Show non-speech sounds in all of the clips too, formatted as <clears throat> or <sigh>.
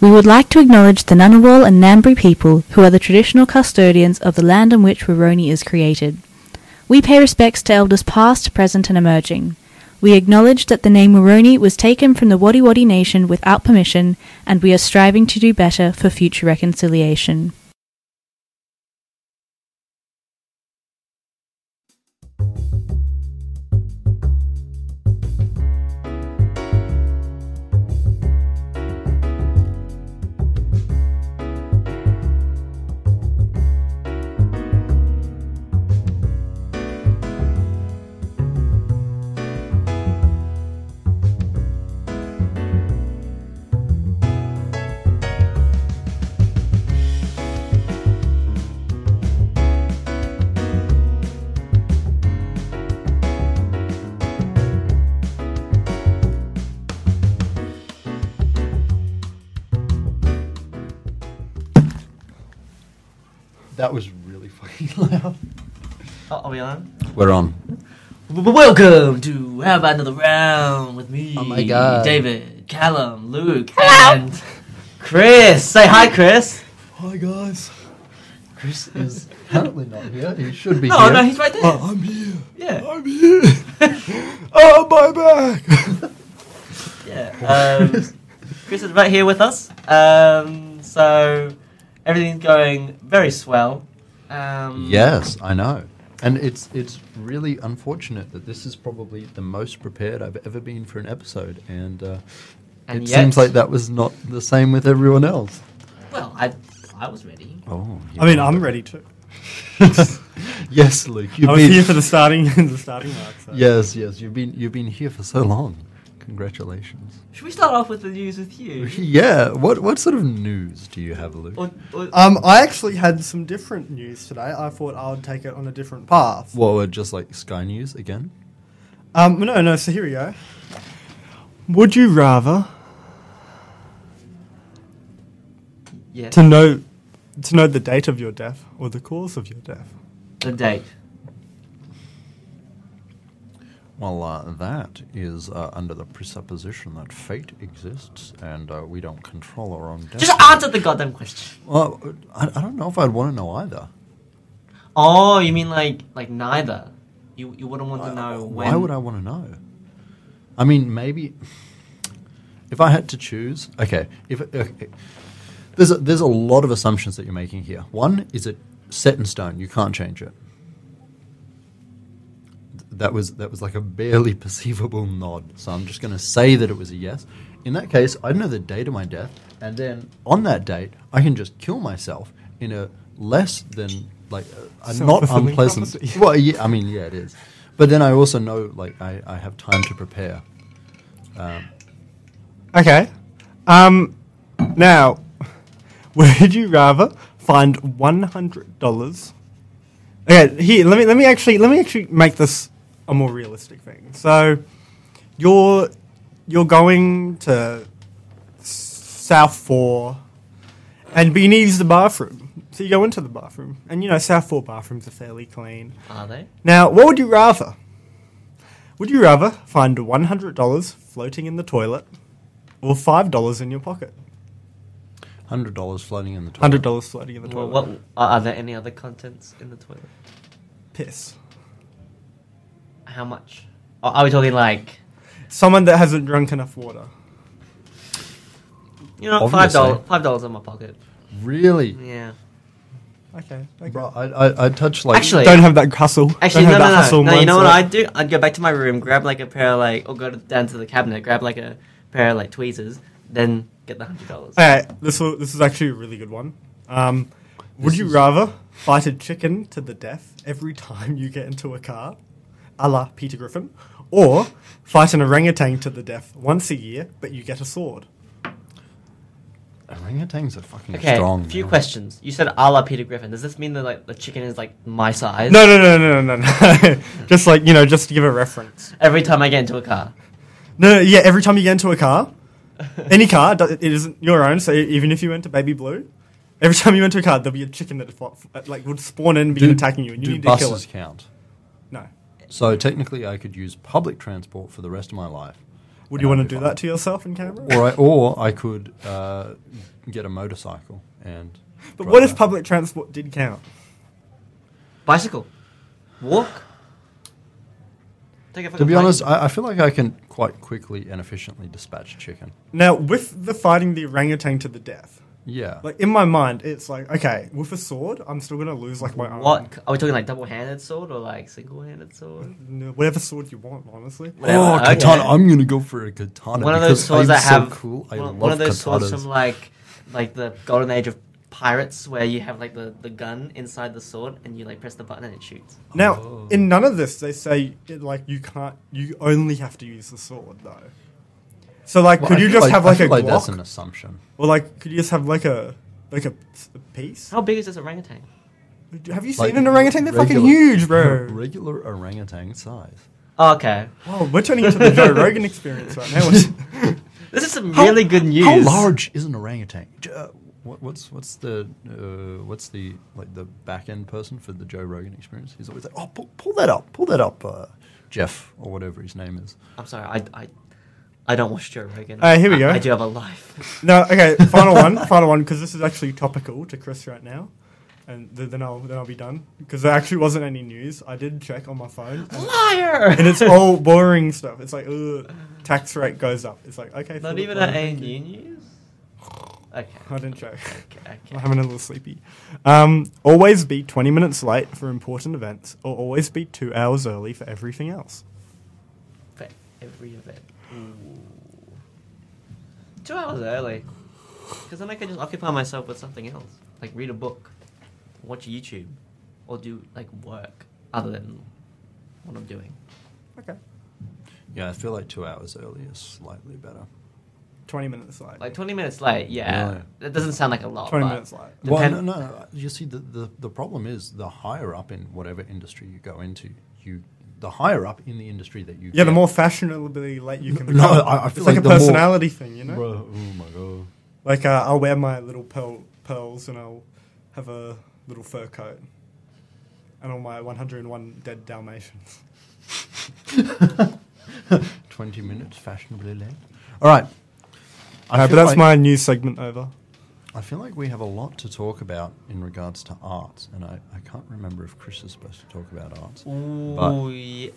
We would like to acknowledge the Ngunnawal and Ngambri people, who are the traditional custodians of the land on which Waroni is created. We pay respects to elders past, present, and emerging. We acknowledge that the name Waroni was taken from the Wadi Wadi Nation without permission, and we are striving to do better for future reconciliation. That was really fucking <laughs> loud. Oh, Are we on? We're on. Welcome to Have Another Round with me. Oh my God. David, Callum, Luke, and Chris. Say hi, <laughs> Chris. Hi guys. Chris is currently not here. He should <laughs> be No, here. no, he's right there. Oh, I'm here. yeah, I'm here. oh my back. yeah. Um, <laughs> Chris is right here with us. Um, so everything's going very swell. Um, Yes, I know. and it's it's really unfortunate that this is probably the most prepared I've ever been for an episode, and, uh, And it yet- seems like that was not the same with everyone else. Well, I, I was ready. Oh, I mean, I'm ready to. yes, Luke. You've I was been here for the starting, <laughs> the starting mark. So. <laughs> yes, yes. You've been you've been here for so long. Congratulations. Should we start off with the news with you? <laughs> Yeah. What what sort of news do you have, Luke? Or, or, Uh, Um, I actually had some different news today. I thought I would take it on a different path. Well, uh, just like Sky News again. Um, no, no. So here we go. Would you rather yeah, to know to know the date of your death or the cause of your death? the date. Well, uh, that is uh, under the presupposition that fate exists and uh, we don't control our own destiny. Just answer the goddamn question. Well, I, I don't know if I'd want to know either. Oh, you mean like like neither? You you wouldn't want to know when? Why would I want to know? I mean, maybe if I had to choose. Okay, if uh, okay. there's a, there's a lot of assumptions that you're making here. One is it set in stone; you can't change it. Th- That was that was like a barely <laughs> perceivable nod. So I'm just going to say that it was a yes. In that case, I know the date of my death, and then on that date, I can just kill myself in a less than like a, a not Self-fulfilling unpleasant. prophecy. Well, yeah, I mean, yeah, it is. But then I also know, like, I, I have time to prepare. Um, Okay. Um, now, <laughs> would you rather find one hundred dollars? Okay, here. Let me let me actually let me actually make this a more realistic thing. So, you're you're going to S- South Four, and but you need to use the bathroom. So you go into the bathroom, and you know South Four bathrooms are fairly clean. Are they? Now, what would you rather? Would you rather find $100 floating in the toilet or $5 in your pocket? hundred dollars floating in the toilet. $100 floating in the Well, toilet. what are, are there any other contents in the toilet? Piss. How much? Are, are we talking like Someone that hasn't drunk enough water. you know five Obviously. dollars? Five dollars in my pocket. Really, Yeah. Okay. bro? I, I I touch like Actually- Don't have that hustle. Actually, Don't no, have no, that no. hustle no you know what mindset. I'd do? I'd go back to my room, grab like a pair of like, or go to, down to the cabinet, grab like a pair of like tweezers, then get the hundred dollars. Alright, this, will, this is actually a really good one. Um, would This you is- rather fight a chicken to the death every time you get into a car, a la Peter Griffin, or fight an orangutan to the death once a year, but you get a sword? orangutans are fucking Okay, strong. few man. questions. You said a la Peter Griffin. Does this mean that like the chicken is like my size? No, no, no, no, no, no. no. <laughs> just like you know, just to give a reference. Every time I get into a car. No, no, yeah. Every time you get into <laughs> a car, any car, it do- it isn't your own. So e-, even if you went to Baby Blue, every time you went to a car, there'll be a chicken that fo- f- like would spawn in and begin Do- attacking you, and you do need to buses kill it. count? No, So technically, I could use public transport for the rest of my life. Would and you I'd want be to do fine. that to yourself in camera? Or I, or I could uh, get a motorcycle and. but drive what if around. public transport did count? Bicycle. Walk. Take a To fucking be plane. honest, I, I feel like I can quite quickly and efficiently dispatch chicken. Now, with the fighting the orangutan to the death, Yeah. like in my mind, it's like okay, with a sword, I'm still gonna lose like my arm. What? Are we talking like double handed sword or like single handed sword? No, whatever sword you want, honestly. Whatever, oh, okay. katana! I'm gonna go for a katana. One of because those swords I'm that have. so cool. I one, love one of those swords katanas. from like like the golden age of pirates where you have like the, the gun inside the sword and you like press the button and it shoots. Now, Oh. in none of this, they say it, like you can't. You only have to use the sword though. So like, Well, could I you feel just have I like a feel like Glock, That's an assumption. or like could you just have like a like a, a piece? How big is this orangutan? Have you seen Like, an orangutan? They're fucking regular- huge, bro. <laughs> Regular orangutan size. Oh, okay. Wow, we're turning into the <laughs> Joe Rogan experience right now. <laughs> This is some How- really good news. How large is an orangutan? J- Uh, what, what's what's the uh, what's the like the back end person for the Joe Rogan experience? He's always like, oh, pull, pull that up, pull that up, uh, Jeff or whatever his name is. I'm sorry, I, I, I don't watch Joe Rogan. Uh, here we I- go. I do have a life. no, okay, final one, final one, because this is actually topical to Chris right now, and th- then I'll then I'll be done because there actually wasn't any news. I did check on my phone. and- <laughs> Liar! and it's <laughs> all boring stuff. It's like, ugh, tax rate goes up. It's like, okay. Not Philip, even well, at ANU thank you. news? Okay. I didn't check. <laughs> Okay, I'm okay. having a little sleepy. Um, always be 20 minutes late for important events, or always be two hours early for everything else. For every event. Ooh. Two hours early. Because then I can just occupy myself with something else. Like read a book, watch YouTube, or do like work other than what I'm doing. Okay. Yeah, I feel like two hours early is slightly better. 20 minutes late. Like 20 minutes late, yeah. Really? That doesn't sound like a lot. 20 but minutes late. Well, no, depend- no, no. You see, the, the, the problem is the higher up in whatever industry you go into, you the higher up in the industry that you yeah, the get- more fashionably late you can No, become. I- I it's feel like, like a the more- personality thing, you know? Bro, oh my god. Like, uh, I'll wear my little pearl, pearls and I'll have a little fur coat. And all my 101 dead Dalmatians. 20 minutes fashionably late. All right. Uh, <laughs> but feel that's like- my news segment over. I feel like we have a lot to talk about in regards to arts, and I, I can't remember if Chris is supposed to talk about arts. Ooh, yeah.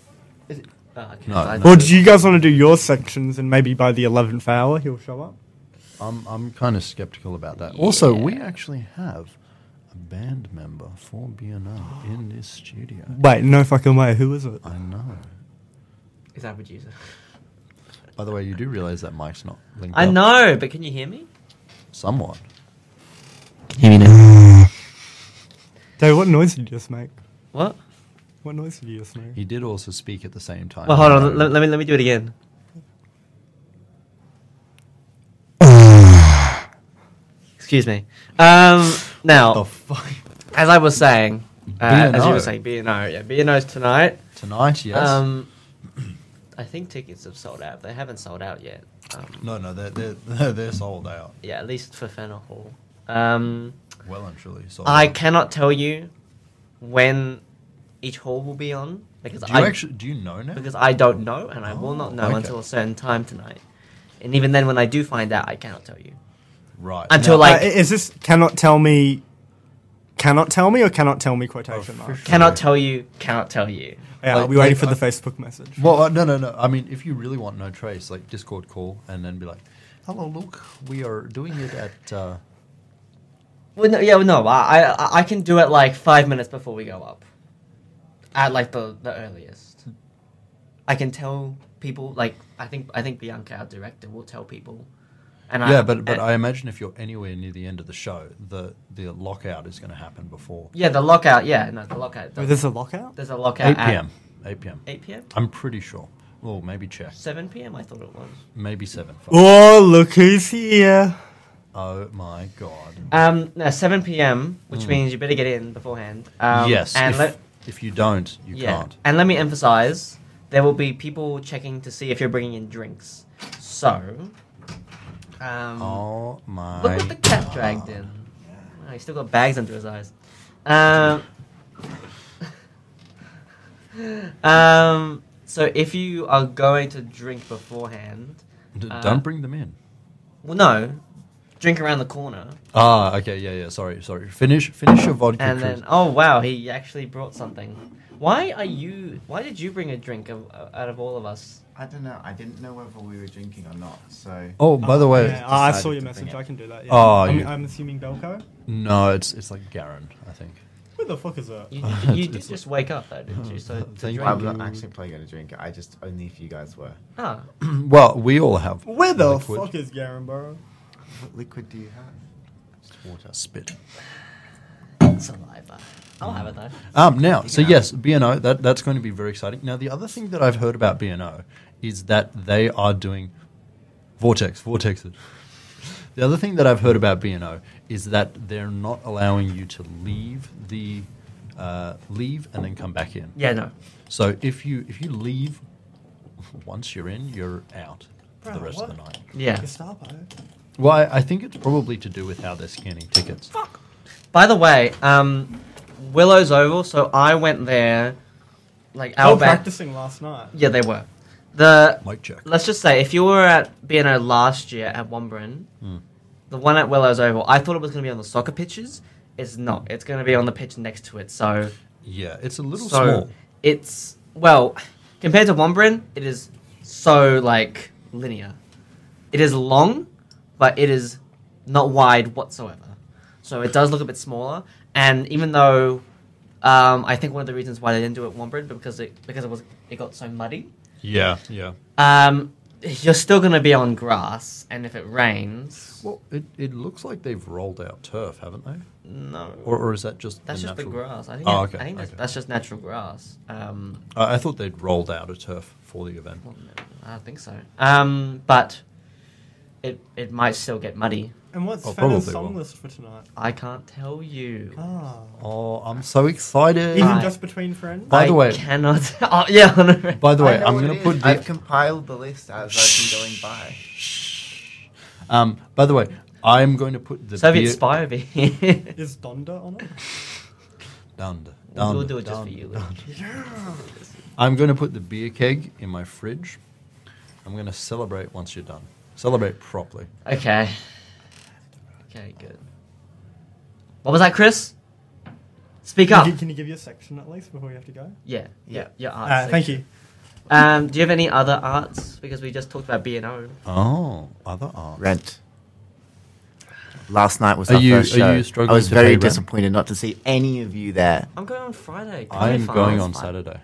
Is it? Oh, okay. No, I- no. Or do you guys want to do your sections and maybe by the 11th hour he'll show up? I'm, I'm kind of skeptical about that. Also, we Yeah. actually have a band member for BNO in this studio. Wait, no fucking way. Who is it? I know. Is that a producer? By the way, you do realize that Mike's not linked I up know, but can you hear me? somewhat. Hear me now. Dave, what noise did you just make? What? What noise did you just make? He did also speak at the same time. Well, hold on. Let, let me let me do it again. <sighs> Excuse me. Um, The now, fuck? as I was saying, uh, as you B&O. were saying, B and O, yeah, B and O's tonight. Tonight, yes. Um, I think tickets have sold out. They haven't sold out yet. Um, no, no, they're, they're, <laughs> they're sold out. Yeah, at least for Fenner Hall. Um, Well and truly sold I out. cannot tell you when each hall will be on because Do you I actually do you know now? because I don't know and I will not know Oh, okay. until a certain time tonight. And even then, when I do find out, I cannot tell you. right until, now- like- Uh, i- is this cannot tell me, cannot tell me, or cannot tell me quotation Oh, mark? for Cannot Sure. tell you. Cannot tell you. Yeah, I'll be Like- waiting like, for the uh, Facebook message. Well, uh, no, no, no. I mean, if you really want no trace, like Discord call and then be like, "Hello, Luke. We are doing it at." Uh, Well, no, yeah, well, no. I, I I can do it like five minutes before we go up. At like the the earliest, I can tell people. Like I think I think Bianca, our director, will tell people. And yeah, but but and- I imagine if you're anywhere near the end of the show, the the lockout is going to happen before Yeah, the lockout. Yeah, no, the lockout. Wait, Oh, there's a lockout? There's a lockout. eight at- p.m. Eight p.m. 8 p.m. I'm pretty sure. Well, maybe check. 7 p.m. I thought it was. Maybe seven. Fuck. Oh, look who's here. Oh my god. Um, no, 7 p.m., which means you better get in beforehand. Um, Hmm. yes. and if, let if you don't, you yeah, can't. and let me emphasize, there will be people checking to see if you're bringing in drinks. So, um, Oh my. look what the cat God. dragged in. Wow, he's still got bags under his eyes. <laughs> Um, um, So if you are going to drink beforehand, D- Uh, Don't bring them in. well, no, drink around the corner, Ah, okay, yeah, yeah. Sorry, sorry. Finish, finish your vodka. and cruise. then oh wow, he actually brought something. Why are you? Why did you bring a drink of, uh, out of all of us? I don't know. I didn't know whether we were drinking or not. So oh, by the way, Yeah, I I saw your decided to bring message. it. I can do that. Yeah. Oh, I'm, you- I'm assuming Belco. no, it's it's like Garen, I think. Where the fuck is that? <laughs> You, you, you did It's- just wake up though, didn't you? So to Thank drink. you. I was not actually probably going to drink it. I just only if you guys were. Ah, Mm-hmm. well, we all have. Where the liquid. fuck is Garenborough? What liquid do you have? Just water. spit? saliva. I'll have it though. Um, now, so Yeah. yes, BNO, that, that's going to be very exciting. Now, the other thing that I've heard about BNO is that they are doing Vortex, Vortexes. The other thing that I've heard about BNO is that they're not allowing you to leave the uh, leave and then come back in. Yeah, no. So if you if you leave once you're in, you're out for the Bruh, rest of the what? night. Yeah. Gestapo. Well, I, I think it's probably to do with how they're scanning tickets. By the way, um, Willow's Oval. So I went there, like I our was back. practicing last night. Yeah, they were. The Mic check. let's just say if you were at BNO last year at Wombrin, Mm. the one at Willow's Oval, I thought it was going to be on the soccer pitches. It's not. It's going to be on the pitch next to it. So Yeah, it's a little so small. it's well compared to Wombrin, it is so like linear. It is long, but it is not wide whatsoever. So it does look a bit smaller. And even though um, I think one of the reasons why they didn't do it at Wombrin because it because it was it got so muddy. Yeah, yeah. Um, you're still going to be on grass, and if it rains, Well, it, it looks like they've rolled out turf, haven't they? no. Or, or is that just that's the just the natural- grass. I think. Oh, it- okay, I think that's, okay. that's just natural grass. Um, I, I thought they'd rolled out a turf for the event. well, no, I don't think so. Um, but it it might still get muddy. And what's Oh, Fanny's probably song will. list for tonight? I can't tell you. Ah. Oh, I'm so excited! Even Right. just between friends? By the I way- cannot. <laughs> Oh, yeah. on the re- By the way, I know I'm what going it to is. put I've the. compiled the list as I've been going by. Um, by the way, I'm going to put the Soviet beer- spy <laughs> over here. Is Donda on it? Dun, dun, we'll do it just dun, for you. dun. Luke. I'm going to put the beer keg in my fridge. I'm going to celebrate once you're done. Celebrate properly. Okay. Okay. Good. What was that, Chris? Speak Can up. you, can you give your section at least before you have to go? Yeah, yeah, yeah. Arts Uh, thank section. you. Um, do you have any other arts? Because we just talked about B and O. Oh, other art. Rent. Last night was Are our you- first are show. you struggling I was to pay very rent? disappointed not to see any of you there. I'm going on Friday. I am Comedy going Farms. on fine. Saturday.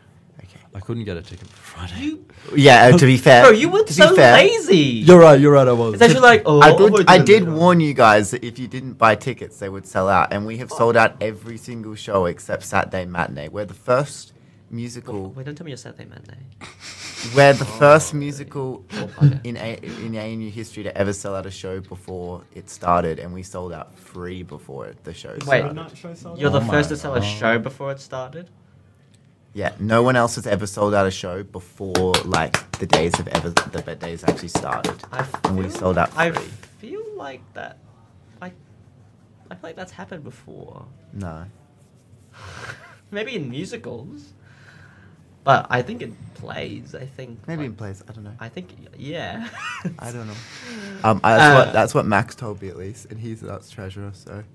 I couldn't get a ticket for Friday. You, Yeah, uh, <laughs> to be fair, bro, you were to so be fair, lazy. You're right. You're right. I was. it's actually like oh, I, I'll thought, go I do did the- warn you guys that if you didn't buy tickets, they would sell out, and we have sold out every single show except Saturday Matinee. We're the first musical. Wait, don't tell me you're Saturday matinee. We're the first musical okay. in a, in ANU history to ever sell out a show before it started, and we sold out three before the show Is the Wait. started. midnight show sold You're out? the Oh my first to sell a God. show before it started. Yeah, no one else has ever sold out a show before like the days have ever the bed days actually started, I and we feel- sold out I three. feel like that. I, I feel like that's happened before. <laughs> No, Maybe in musicals, but I think in plays. I think maybe like, in plays. I don't know. I think yeah. <laughs> I don't know. Um, I, that's, Uh, what, that's what Max told me at least, and he's the arts treasurer. So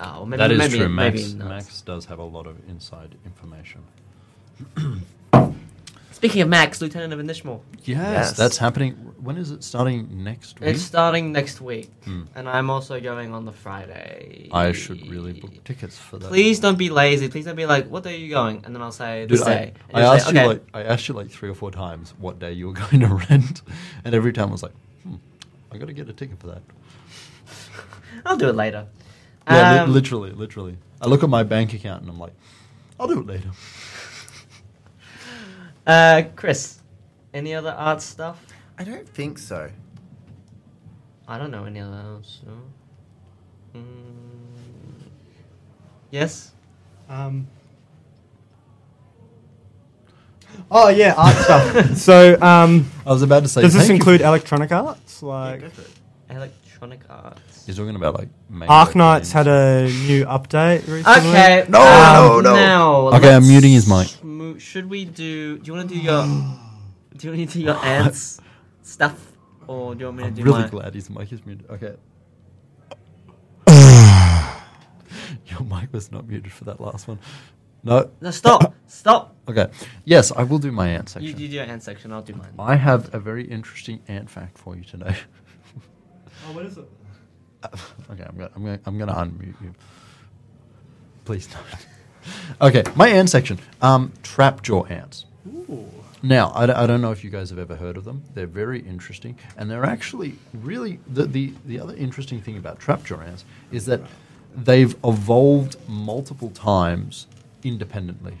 Oh, maybe, that is maybe, true. Max, Maybe not. Max does have a lot of inside information. Speaking of Max, Lieutenant of Inishmore, Yes, Yes. that's happening. When is it starting next week? it's starting next week, Hmm. and I'm also going on the Friday. I should really book tickets for that. Please don't be lazy. Please don't be like, "What day are you going?" And then I'll say, Dude, "This I, day." I And you'll asked say, you like I asked you like three or four times what day you were <laughs> going to rent, and every time I was like, hmm, I got to get a ticket for that. I'll do it later." Yeah, li- Um, literally, literally. I look at my bank account and I'm like, I'll do it later. Uh, Chris, any other art stuff? I don't think so. I don't know any other art stuff. Mm, yes. Um. Oh yeah, <laughs> art stuff. so, um, I was about to say. does this thank you. include electronic arts? Like, Electronic arts. He's talking about like. main Arc board Knights games. had a new update recently. Okay. No, um, no, no. now, Okay, I'm let's muting his mic. mo- should we do? Do you want to do your? Do you want me to do your ants stuff, or do you want me to I'm do really my? glad his mic is muted. <sighs> Okay. Your mic was not muted for that last one. No. No, stop, stop. <coughs> Okay. Yes, I will do my ant section. You, you do your ant section. I'll do mine. I have a very interesting ant fact for you today. <laughs> Oh, what is it? okay, I'm gonna, I'm gonna, I'm gonna unmute you. Please don't. <laughs> okay, my ant section. Um, trapjaw ants. Ooh. Now, I, d- I don't know if you guys have ever heard of them. They're very interesting, and they're actually really the the, the other interesting thing about trapjaw ants is that they've evolved multiple times independently.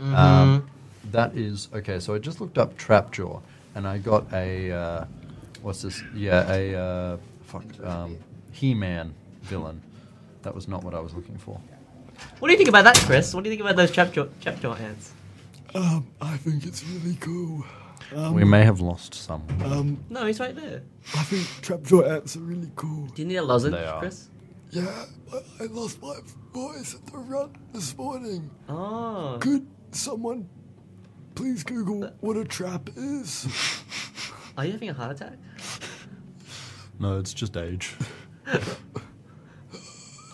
Mm-hmm. Um, that is okay. So I just looked up trapjaw, and I got a uh, what's this? Yeah, a uh, fuck um, He-Man villain. That was not what I was looking for. What do you think about that, Chris? What do you think about those trapjaw trapjaw ants? Um, I think it's really cool. Um, we may have lost some. Um, No, he's right there. I think trapjaw ants are really cool. Do you need a lozenge, They are. Chris? Yeah, I, I lost my voice at the run this morning. Oh, Could someone please Google what a trap is? are you having a heart attack? No, it's just age. <laughs>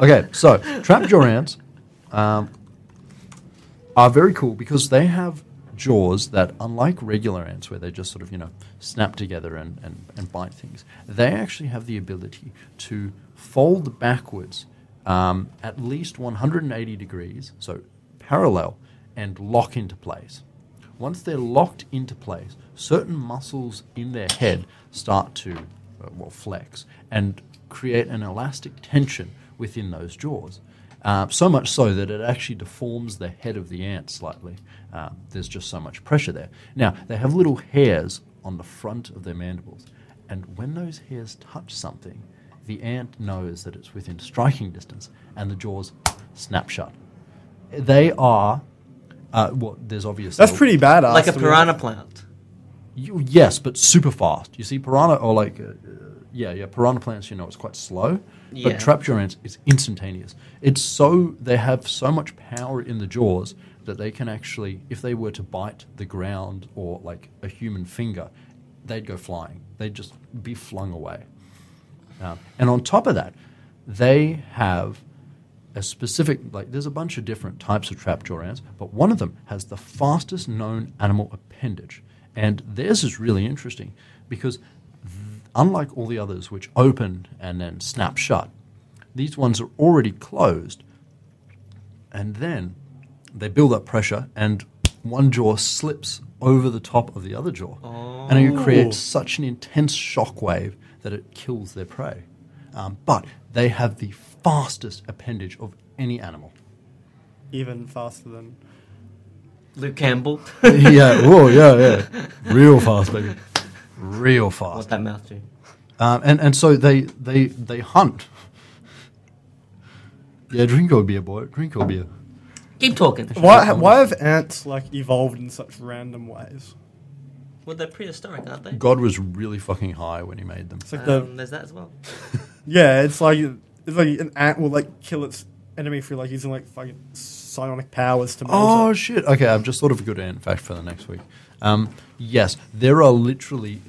okay, so trapjaw ants um, are very cool because they have jaws that, unlike regular ants, where they just sort of you know snap together and, and, and bite things, they actually have the ability to fold backwards um, at least 180 degrees, so parallel, and lock into place. Once they're locked into place, certain muscles in their head start to uh, well flex and create an elastic tension within those jaws. Uh, so much so that it actually deforms the head of the ant slightly. Uh, there's just so much pressure there. Now, they have little hairs on the front of their mandibles, and when those hairs touch something, the ant knows that it's within striking distance, and the jaws snap shut. They are, uh, well, there's obviously That's pretty badass. like a to be piranha plant. you, yes, but super fast. You see, piranha or like, uh, uh, yeah, yeah, piranha plants. You know, it's quite slow. Yeah. But trapjaw ants, it's instantaneous. It's so they have so much power in the jaws that they can actually, if they were to bite the ground or like a human finger, they'd go flying. They'd just be flung away. Um, and on top of that, they have a specific, like, there's a bunch of different types of trapjaw ants, but one of them has the fastest known animal appendage. And theirs is really interesting because, th- unlike all the others, which open and then snap shut, these ones are already closed. And then they build up pressure, and one jaw slips over the top of the other jaw. And it creates such an intense shock wave that it kills their prey. Um, but they have the fastest appendage of any animal. Even faster than. Luke Campbell. <laughs> yeah, whoa, yeah, yeah. Real fast, baby. Real What's fast. that mouth do? Um, and, and so they, they, they hunt. Yeah, drink your beer, boy. Drink your beer. Keep talking. Why, why have ants like evolved in such random ways? Well, they're prehistoric, aren't they? God was really fucking high when he made them. It's like Um, the there's that as well. yeah, it's like it's like an ant will like kill its enemy through like using like fucking psionic powers to. Oh melt it. shit! Okay, I've just thought of a good ant fact for the next week. Um, yes, there are literally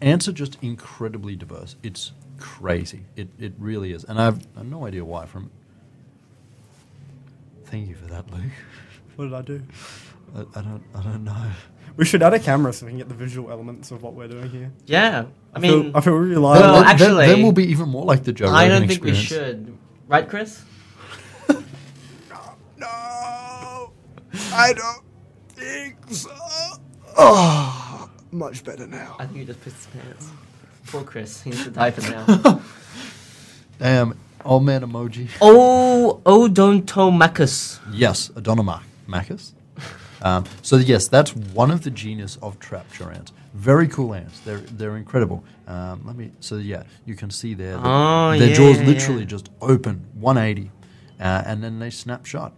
ants are just incredibly diverse. It's crazy. It it really is, and I've I've no idea why. From thank you for that, Luke. what did I do? I, I don't I don't know. We should add a camera so we can get the visual elements of what we're doing here. Yeah, I mean, feel, I feel really Well, liable. Then- then- actually- then we'll be even more like the Joe Rogan I don't think we experience. should. Right, Chris? No, Oh, I don't think so. Oh, much better now. I think you just pissed his pants. Poor Chris. He needs to die <laughs> for now. Damn, old man emoji. oh, Odontomachus. Yes, Adonomachus. Um, so yes, that's one of the genus of trapjaw ants. Very cool ants. They're they're incredible. Um, let me. So yeah, you can see there. that Oh, their yeah, jaws yeah, literally yeah. just open 180, uh, and then they snap shut.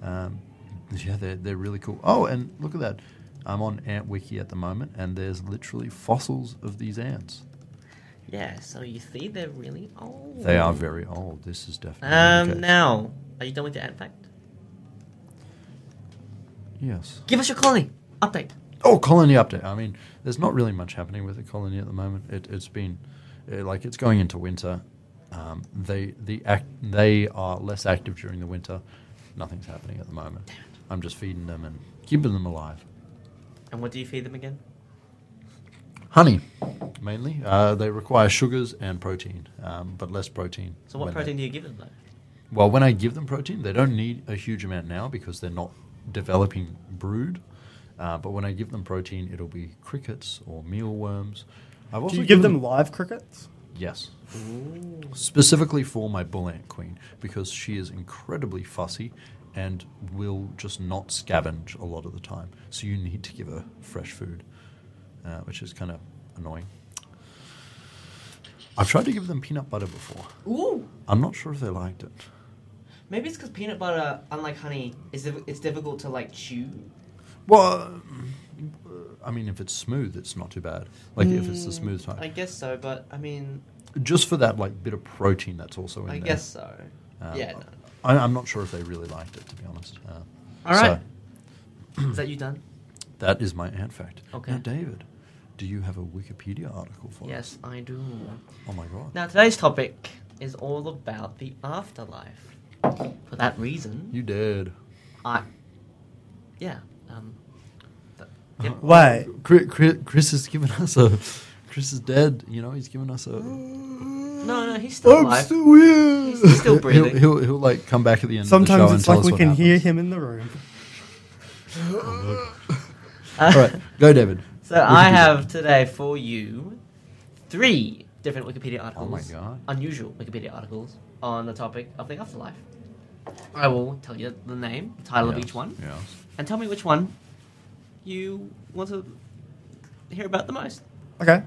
Um, yeah, they're they're really cool. Oh, and look at that. I'm on Ant Wiki at the moment, and there's literally fossils of these ants. Yeah, so you see, they're really old. They are very old. This is definitely. the Um, case. now, are you done with your ant fact? Yes. Give us your colony update. Oh, colony update. I mean, there's not really much happening with the colony at the moment. It, it's been uh, like it's going into winter. Um, they the act, they are less active during the winter. Nothing's happening at the moment. I'm just feeding them and keeping them alive. And what do you feed them again? Honey, mainly. Uh, they require sugars and protein, um, but less protein. So what when they- protein do you give them though? Well, when I give them protein, they don't need a huge amount now because they're not developing brood. Uh, but when I give them protein, it'll be crickets or mealworms. I've Do also you give given- them live crickets? Yes. Specifically for my bull ant queen because she is incredibly fussy and will just not scavenge a lot of the time. So you need to give her fresh food, uh, which is kind of annoying. I've tried to give them peanut butter before. Ooh. I'm not sure if they liked it. Maybe it's because peanut butter, unlike honey, is div- it's difficult to like chew. Well, uh, I mean, if it's smooth, it's not too bad. Like if it's the smooth I type, guess so, but I mean, just for that like bit of protein that's also in I there. guess so. Uh, yeah. No. I, I'm not sure if they really liked it, to be honest. Uh, All right. is that <clears throat> you done? that is my ant fact. Okay. Now, David, do you have a Wikipedia article for us? Yes, I do. Oh my god. Now today's topic is all about the afterlife. For that reason, you did. I. Yeah. Um. th- <gasps> yep. Wait. Chris, Chris has given us a. Chris is dead. You know, he's given us a. No, no, he's still alive. here. He's still breathing. <laughs> He'll, he'll, he'll like come back at the end of the Sometimes show it's and tell like us we what can happens. hear him in the room. Uh, All right, go, David. <laughs> So I Wikipedia. have today for you three different Wikipedia articles. Oh God. Unusual Wikipedia articles on the topic of the afterlife. I will tell you the name, the title of Yes, each one, Yes. and tell me which one you want to hear about the most. Okay.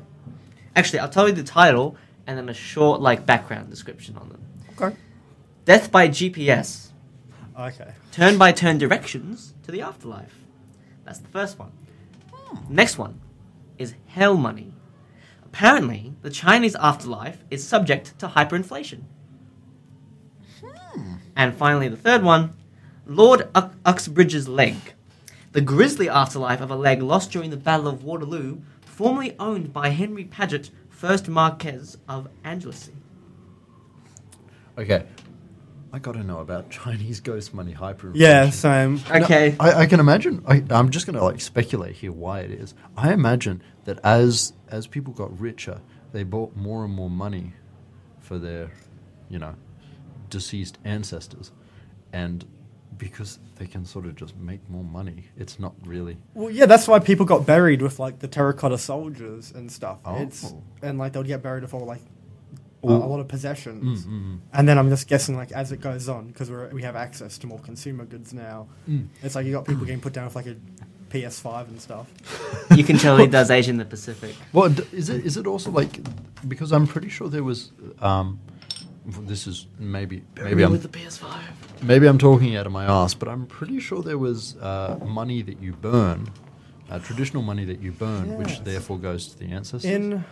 Actually, I'll tell you the title and then a short like background description on them. Okay. Death by GPS. Okay. turn by turn directions to the afterlife. That's the first one. Next one is hell money. Apparently, the Chinese afterlife is subject to hyperinflation. And finally, the third one Lord Ux- Uxbridge's leg. The grisly afterlife of a leg lost during the Battle of Waterloo, formerly owned by Henry Paget, 1st Marquess of Anglesey. Okay. I got to know about Chinese ghost money hyperinflation. Yeah, same. Now, Okay. I, I can imagine. I, I'm just going to like speculate here why it is. I imagine that as as people got richer, they bought more and more money for their, you know, deceased ancestors, and because they can sort of just make more money, it's not really. Well, yeah, that's why people got buried with like the terracotta soldiers and stuff. Oh. It's and like they'll get buried with all like a, All- a lot of possessions. Mm, And then I'm just guessing like as it goes on because we we have access to more consumer goods now. Mm. It's like you got people getting put down with like a PS5 and <laughs> stuff. You can tell he does Asia in the Pacific. Well, d- is it is it also like because I'm pretty sure there was. Um, this is maybe maybe I'm the PS5. Maybe I'm talking out of my ass, but I'm pretty sure there was uh, money that you burn, uh, traditional money that you burn, which Yes. therefore goes to the ancestors. In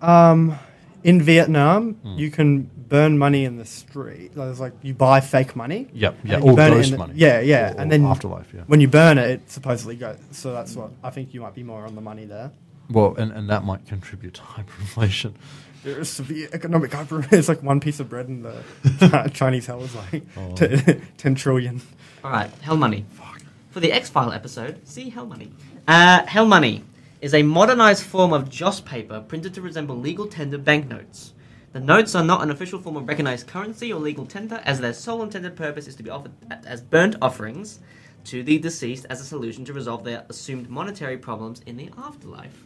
um in Vietnam, Mm. you can burn money in the street. Like, It's like you buy fake money. Yep, and yeah, then you or burn it ghost in the- money. Yeah, yeah, Or- or and then afterlife, yeah. When you burn it, it supposedly goes. So that's what I think you might be more on the money there. well, and, and that might contribute to <laughs> hyperinflation. There is severe economic hyper. <laughs> It's like one piece of bread in <laughs> the Chinese hell is like <laughs> Oh. t- 10 trillion. All right, Hell Money. For the X File episode, see Hell Money. Uh, Hell Money is a modernized form of Joss paper printed to resemble legal tender banknotes. The notes are not an official form of recognized currency or legal tender, as their sole intended purpose is to be offered a- as burnt offerings to the deceased as a solution to resolve their assumed monetary problems in the afterlife.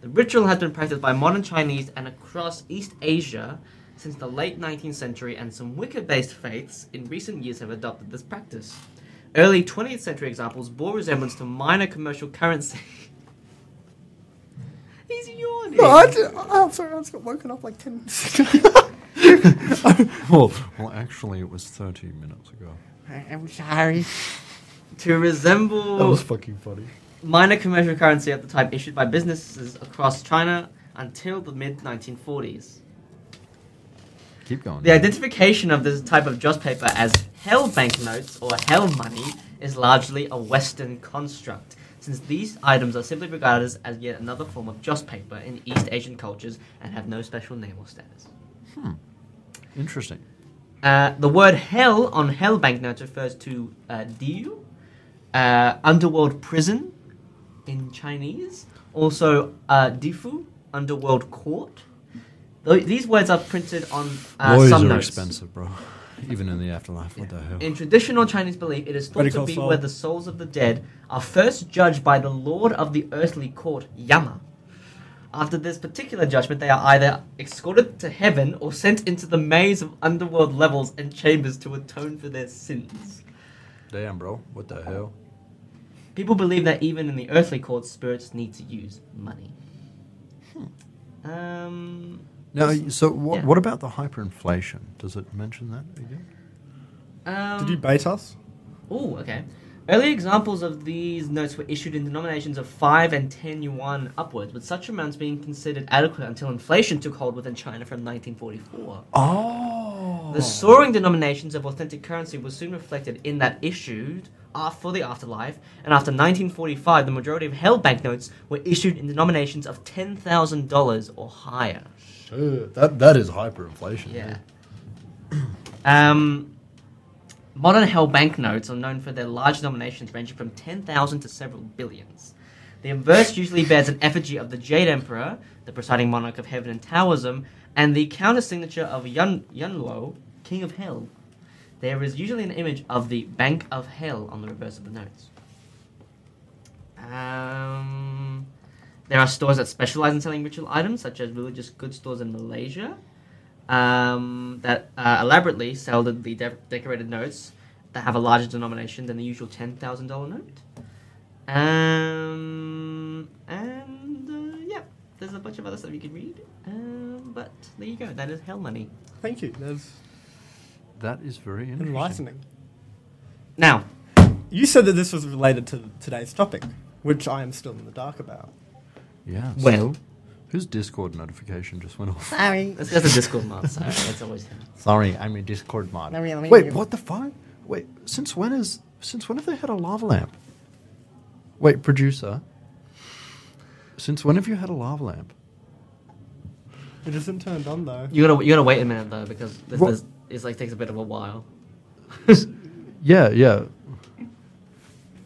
The ritual has been practiced by modern Chinese and across East Asia since the late 19th century, and some Wicca based faiths in recent years have adopted this practice. Early 20th century examples bore resemblance to minor commercial currency. <laughs> He's yawning. I'm sorry, I just got woken up like 10 well, well, actually, it was 30 minutes ago. I'm sorry. to resemble. That was fucking funny. minor commercial currency at the time issued by businesses across China until the mid 1940s. Keep going. The identification of this type of joss paper as Hell banknotes or hell money is largely a Western construct, since these items are simply regarded as- as yet another form of joss paper in East Asian cultures and have no special name or status. Interesting. Uh, the word hell on hell banknotes refers to uh, Diu, uh, underworld prison in Chinese, also uh, Difu, underworld court. Tho- these words are printed on uh, Lawyers some are notes. expensive, bro. <laughs> Even in the afterlife, what the hell? In traditional Chinese belief, it is thought Pretty to cool be soul. where the souls of the dead are first judged by the lord of the earthly court, Yama. After this particular judgment, they are either escorted to heaven or sent into the maze of underworld levels and chambers to atone for their sins. Damn, bro. What the hell? People believe that even in the earthly courts, spirits need to use money. Um, Now, so what, Yeah. what about the hyperinflation? Does it mention that again? um, Did you bait us? Oh, okay. Early examples of these notes were issued in denominations of 5 and 10 yuan upwards, with such amounts being considered adequate until inflation took hold within China from 1944. Oh. The soaring denominations of authentic currency was soon reflected in that issued uh, for the afterlife, and after 1945, the majority of held banknotes were issued in denominations of $10,000 or higher. that, that is hyperinflation. Yeah. <clears throat> um, modern hell banknotes are known for their large denominations ranging from 10,000 to several billions. The inverse usually bears an effigy of the Jade Emperor, the presiding monarch of heaven in Taoism, and the countersignature of Yun Yunluo, King of Hell. There is usually an image of the Bank of Hell on the reverse of the notes. Um, there are stores that specialize in selling ritual items, such as religious goods stores in Malaysia, um, that uh, elaborately sell the, the de- decorated notes that have a larger denomination than the usual ten thousand dollar note. Um, and uh, yeah, there's a bunch of other stuff you can read. Um, but there you go. That is hell money. Thank you. That's That is very interesting. enlightening. Now, You said that this was related to today's topic, which I am still in the dark about. Yeah. well, whose Discord notification just went off? Sorry. that's just a Discord mod. Sorry, it's always him. <laughs> Sorry, I'm a Discord mod. No, really, Wait, you- what the fuck? Wait, since when is since when have they had a lava lamp? Wait, producer. Since when have you had a lava lamp? It isn't turned on though. You gotta you gotta wait a minute though because this, What? this it's like takes a bit of a while. Yeah, yeah.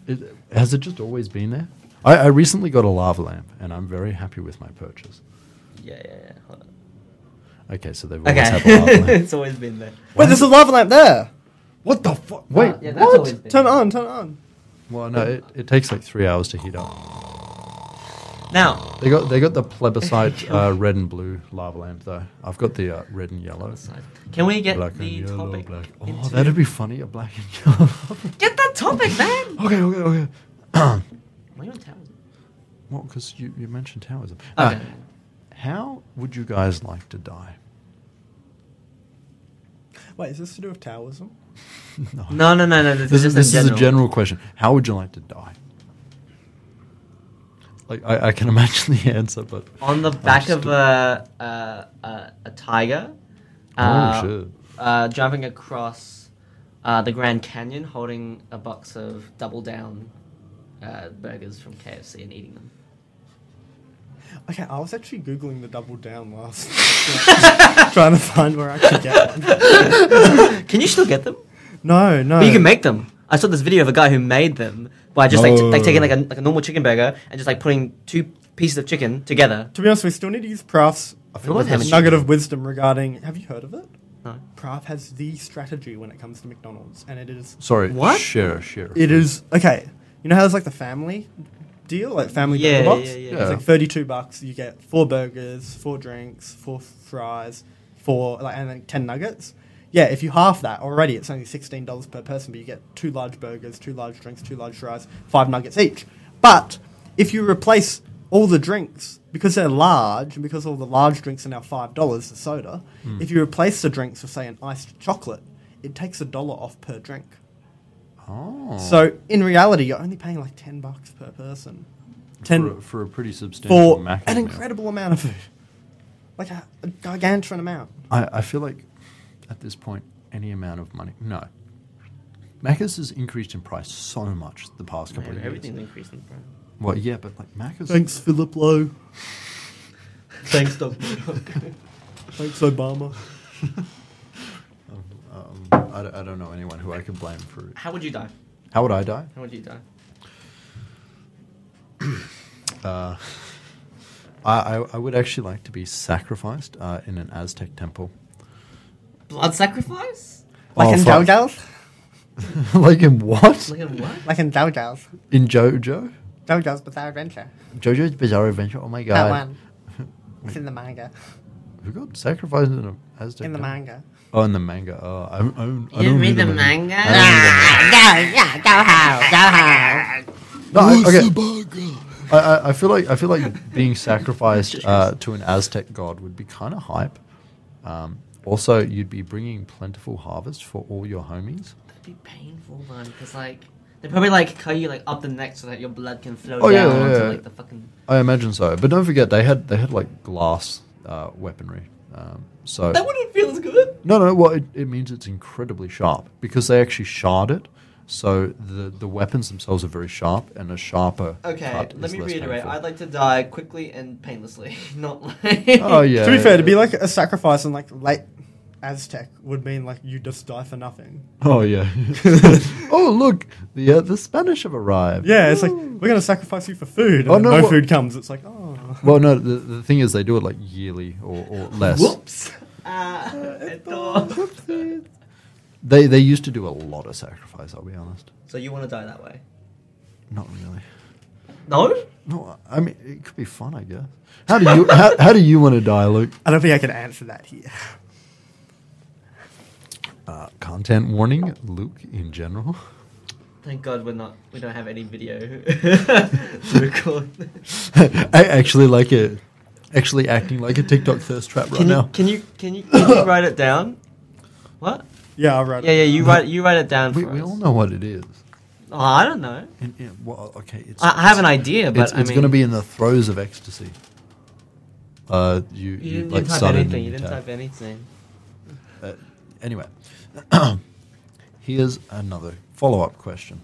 It, has it just always been there? I, I recently got a lava lamp, and I'm very happy with my purchase. Yeah, yeah, yeah. Hold on. Okay, so they've always had a lava Okay, lamp. <laughs> it's always been there. Uh, Wait, there's a lava lamp there. what the fuck? Wait, yeah, that's what? always been Turn it there. on. Turn it on. Well, no, it, it takes like three hours to heat up. Now, They got they got the <laughs> plebiscite uh, red and blue lava lamp though. I've got the uh, red and yellow. can we get Black the and yellow, topic? black. Oh, into- that'd be funny, a black and yellow. <laughs> Get that topic, man. okay, okay, okay. Why you on towers? Well, because you, you mentioned Taoism. Uh, Okay. how would you guys like to die? Wait, is this to do with Taoism? no, no, no, no. This, This, is is, just this is in a general question. How would you like to die? Like, I, I can <laughs> imagine the answer, but. On the I'm back just of gonna- a a, a, a tiger. Oh, uh, shit. Uh, jumping across uh, the Grand Canyon, holding a box of double down uh, burgers from KFC and eating them. Okay, I was actually googling the double down last, <laughs> night, trying to find where I could get one. <laughs> Can you still get them? No, no. But you can make them. I saw this video of a guy who made them by just like, t- like No. taking like a, like a normal chicken burger and just like putting two pieces of chicken together. To be honest, we still need to use Prath's I feel like With that's- nugget of wisdom regarding. Have you heard of it? No. Prath has the strategy when it comes to McDonald's, and it is. Sorry. What? Share, share. It is okay. You know how there's like the family deal, like family Yeah, burger box. yeah, yeah. It's like thirty-two bucks. You get four burgers, four drinks, four fries, four like and then ten nuggets. Yeah, if you half that already, it's only sixteen dollars per person, but you get two large burgers, two large drinks, two large fries, five nuggets each. But if you replace all the drinks because they're large and because all the large drinks are now five dollars, the soda. If you replace the drinks with say an iced chocolate, it takes a dollar off per drink. Oh. So in reality, you're only paying like ten bucks per person, for, ten a- for a pretty substantial for, Mac an meal. incredible amount of food, like a, a gargantuan amount. I, I feel like at this point, any amount of money. No. Macca's has increased in price so much the past couple of Man, years. everything's increasing, bro. Well, yeah, but like Macca's. Philip Lowe. Thanks, Doctor. Thanks, Obama. Um, I, d- I don't know anyone who I could blame for it. <laughs> How would you die? How would I die? How would you die? Uh, <laughs> I, I, I would actually like to be sacrificed uh, in an Aztec temple. <laughs> Blood sacrifice? Oh, Like in fuck. JoJo's? like in what? Like a what? Like in JoJo's. In JoJo? JoJo's Bizarre Adventure. JoJo's Bizarre Adventure? Oh my god. That <laughs> one. It's in the manga. Who got sacrificed in an Aztec In the temple? manga. Oh, in the manga. Oh, I, I, I You don't read the the manga? Ah, I don't read the manga. No, I, okay. I, I, I feel like I feel like being <laughs> sacrificed uh, to an Aztec god would be kind of hype. Um, also, you'd be bringing plentiful harvest for all your homies. That'd be painful, man. Because like they probably like cut you like up the neck so that your blood can flow Oh, yeah, down yeah, onto yeah. like the fucking. I imagine so, but don't forget they had they had like glass uh, weaponry. Um, so That wouldn't feel as good. no, no, well, it, it means it's incredibly sharp because they actually shard it. So the the weapons themselves are very sharp, and a sharper. Okay, cut let is me less reiterate. painful. I'd like to die quickly and painlessly, <laughs> not like. oh yeah. to be fair, to be like a sacrifice in like late Aztec would mean like you just die for nothing. Oh <laughs> yeah. oh look, the uh, the Spanish have arrived. Yeah, it's like we're gonna sacrifice you for food. And Oh, then no, no, what- food comes. It's like oh, Well, no, the, the thing is they do it like yearly or, or less. whoops. <laughs> Ah, I thought- They they used to do a lot of sacrifice. I'll be honest. so you want to die that way? Not really. No. No, I mean it could be fun, I guess. How do you how, how do you want to die, Luke? I don't think I can answer that here. Uh, content warning, Luke. In general, <laughs> Thank God we're not. We don't have any video <laughs> to record. I actually like it. Actually, acting like a TikTok thirst trap right Can you, now. can you can you can you <coughs> write it down? What? Yeah, I'll write. Yeah, yeah. You write you write it down. we, for we us. all know what it is. Oh, I don't know. And, and- well, okay, it's, I, I have an it's- idea, but it's, I mean, going to be in the throes of ecstasy. Uh, you, You didn't, like you type sudden anything. You didn't attack. type anything. Uh, anyway, <clears throat> here's another follow-up question.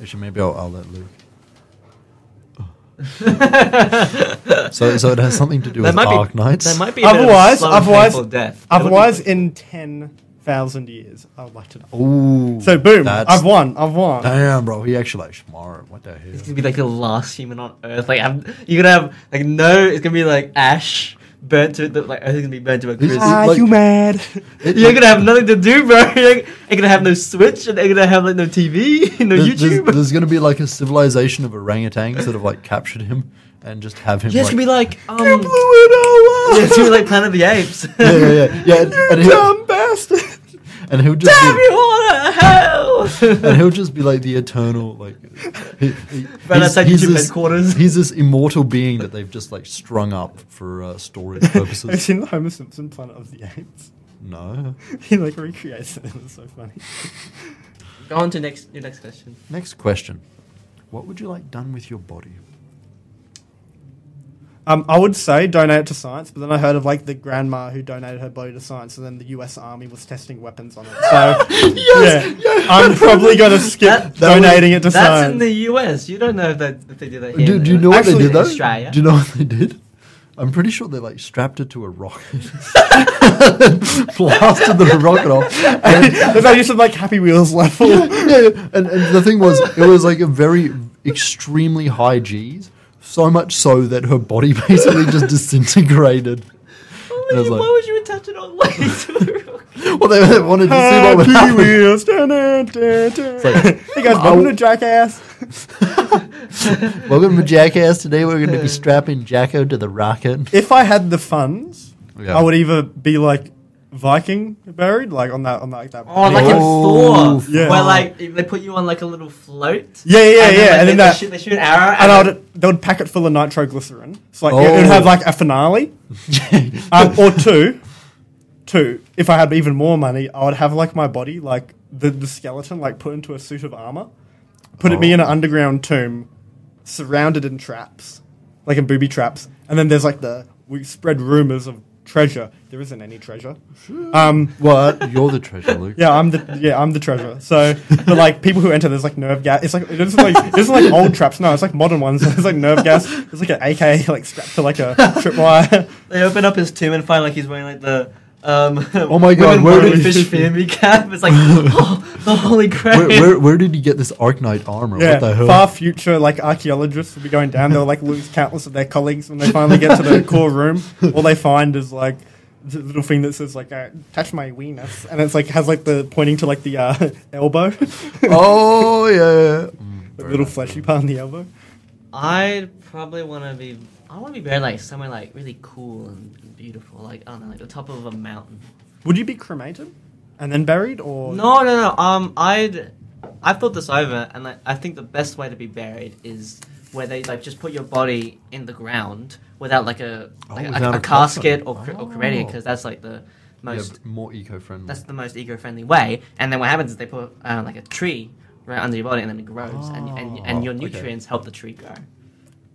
Actually, maybe I'll, I'll let <laughs> Luke. So, so it has something to do That with might be- Dark Knights. That might be a bit of a Otherwise, slow and painful otherwise, death. That would be otherwise, good. in ten thousand years, I would like to know. Oh Ooh, So boom, that's- I've won. I've won. Damn, bro, he actually like smart. What the He's hell? gonna be like the last human on Earth. Like I'm, you're gonna have like no. It's gonna be like ash burnt to the, like Earth is gonna be burnt to a crisp. like- Are Ah, you mad? <laughs> You're gonna have nothing to do, bro. <laughs> You're, you're gonna have no Switch, and you're gonna have like no TV, <laughs> no There's- There's, YouTube. there's going to be like a civilization of orangutans that have like captured him and just have him. Yeah, it's like, gonna be like um, you blew it all yeah, up. it's gonna be like Planet of the Apes. yeah, <laughs> yeah, yeah. yeah and, and he'll, bastard. and he'll just Damn be, you all to hell! and he'll just be like the eternal like. He, he, But that's like YouTube this, headquarters. He's this immortal being that they've just like strung up for uh, <laughs> storage Have you purposes. seen the Homer Simpson Planet of the Apes? <laughs> no. He like recreates it. <laughs> It's so funny. Go <laughs> on to next your next question. Next question: What would you like done with your body? Um, I would say donate it to science, but then I heard of like the grandma who donated her body to science, and then the U.S. Army was testing weapons on it. <laughs> So yeah, I'm probably gonna skip That- that donating it to That's science. in the US. You don't know if, that, if they do that here. Do, in do you know what Actually, they did though? Australia. Do you know what they did? I'm pretty sure they like strapped it to a rocket, <laughs> blasted the rocket off, <laughs> and, <laughs> There's actually some like Happy Wheels <laughs> <laughs> level. yeah, yeah. And, and the thing was, it was like a very extremely high G's, so much so that her body <laughs> basically just disintegrated. Why, was would you- like- why would you attach it on like to the rock? Well, they, they wanted to see what would Happy happen. Wheels. Dun, dun, dun, dun. like, hey guys, welcome to Jackass. <laughs> Welcome to Jackass. Today we're going to be strapping Jacko to the rocket. If I had the funds, Yeah. I would either be like Viking buried, like on that, on like that. Oh, like in Oh, Thor, Yeah. where like they put you on like a little float. yeah, yeah, yeah, yeah. like, they, and then they that. shoot, they shoot an arrow, and I would they would pack it full of nitroglycerin. So like it Oh. would have like <laughs> a finale, um, or two, two. If I had even more money, I would have like my body, like the the skeleton, like put into a suit of armor, put it me Oh. in an underground tomb, surrounded in traps, like in booby traps, and then there's like the we spread rumors of treasure. There isn't any treasure. Um, What? You're the treasure, Luke. yeah, I'm the yeah I'm the treasure. So, but like people who enter, there's like nerve gas. It's like it's like it's like old traps. No, it's like modern ones. <laughs> There's like nerve gas. There's like an AK like strapped to like a tripwire. They open up his tomb and find like he's wearing like the um, Oh my God, <laughs> women where wearing did he- fish family cap. <laughs> It's like oh, the holy Where, crap. where, where did you get this Arknight armor? Yeah, What the hell? far future like archaeologists will be going down. They'll like lose countless of their colleagues when they finally get to the core room. All they find is like the little thing that says like uh, "touch my weenus," and it's like has like the pointing to like the uh, <laughs> elbow, oh yeah. the little fleshy part on the elbow. I'd probably want to be. I want to be buried like somewhere like really cool and, and beautiful, like I don't know, like the top of a mountain. Would you be cremated and then buried, or No, no, no. Um, I'd. I thought this over, and like, I think the best way to be buried is where they like just put your body in the ground without like a like, a- Oh, without a, a casket or coffin. cre- or cremating Oh. because that's like the most yeah, more eco-friendly. that's the most eco-friendly way. And then what happens is they put uh, like a tree right under your body, and then it grows, and, and and your Oh, okay. nutrients help the tree grow.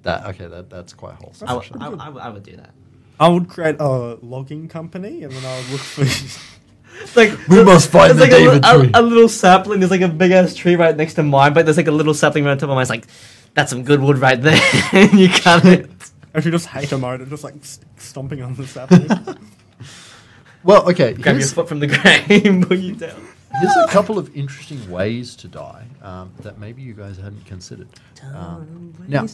That okay. That that's quite wholesome. Oh. I would, actually. I, would- I would, I would do that. I would create a logging company and then I would look for. <laughs> Like We must find there's the like a, li- David tree. a- a little sapling. There's like a big ass tree right next to mine, but there's like a little sapling right on top of mine. It's like that's some good wood right there, <laughs> and you cut it. If you just hate a mode, just like st- stomping on the <laughs> sapling. well, okay. Grab your here's- foot from the grave and <laughs> pull you down. Here's a couple of interesting ways to die um, that maybe you guys hadn't considered. Um, now,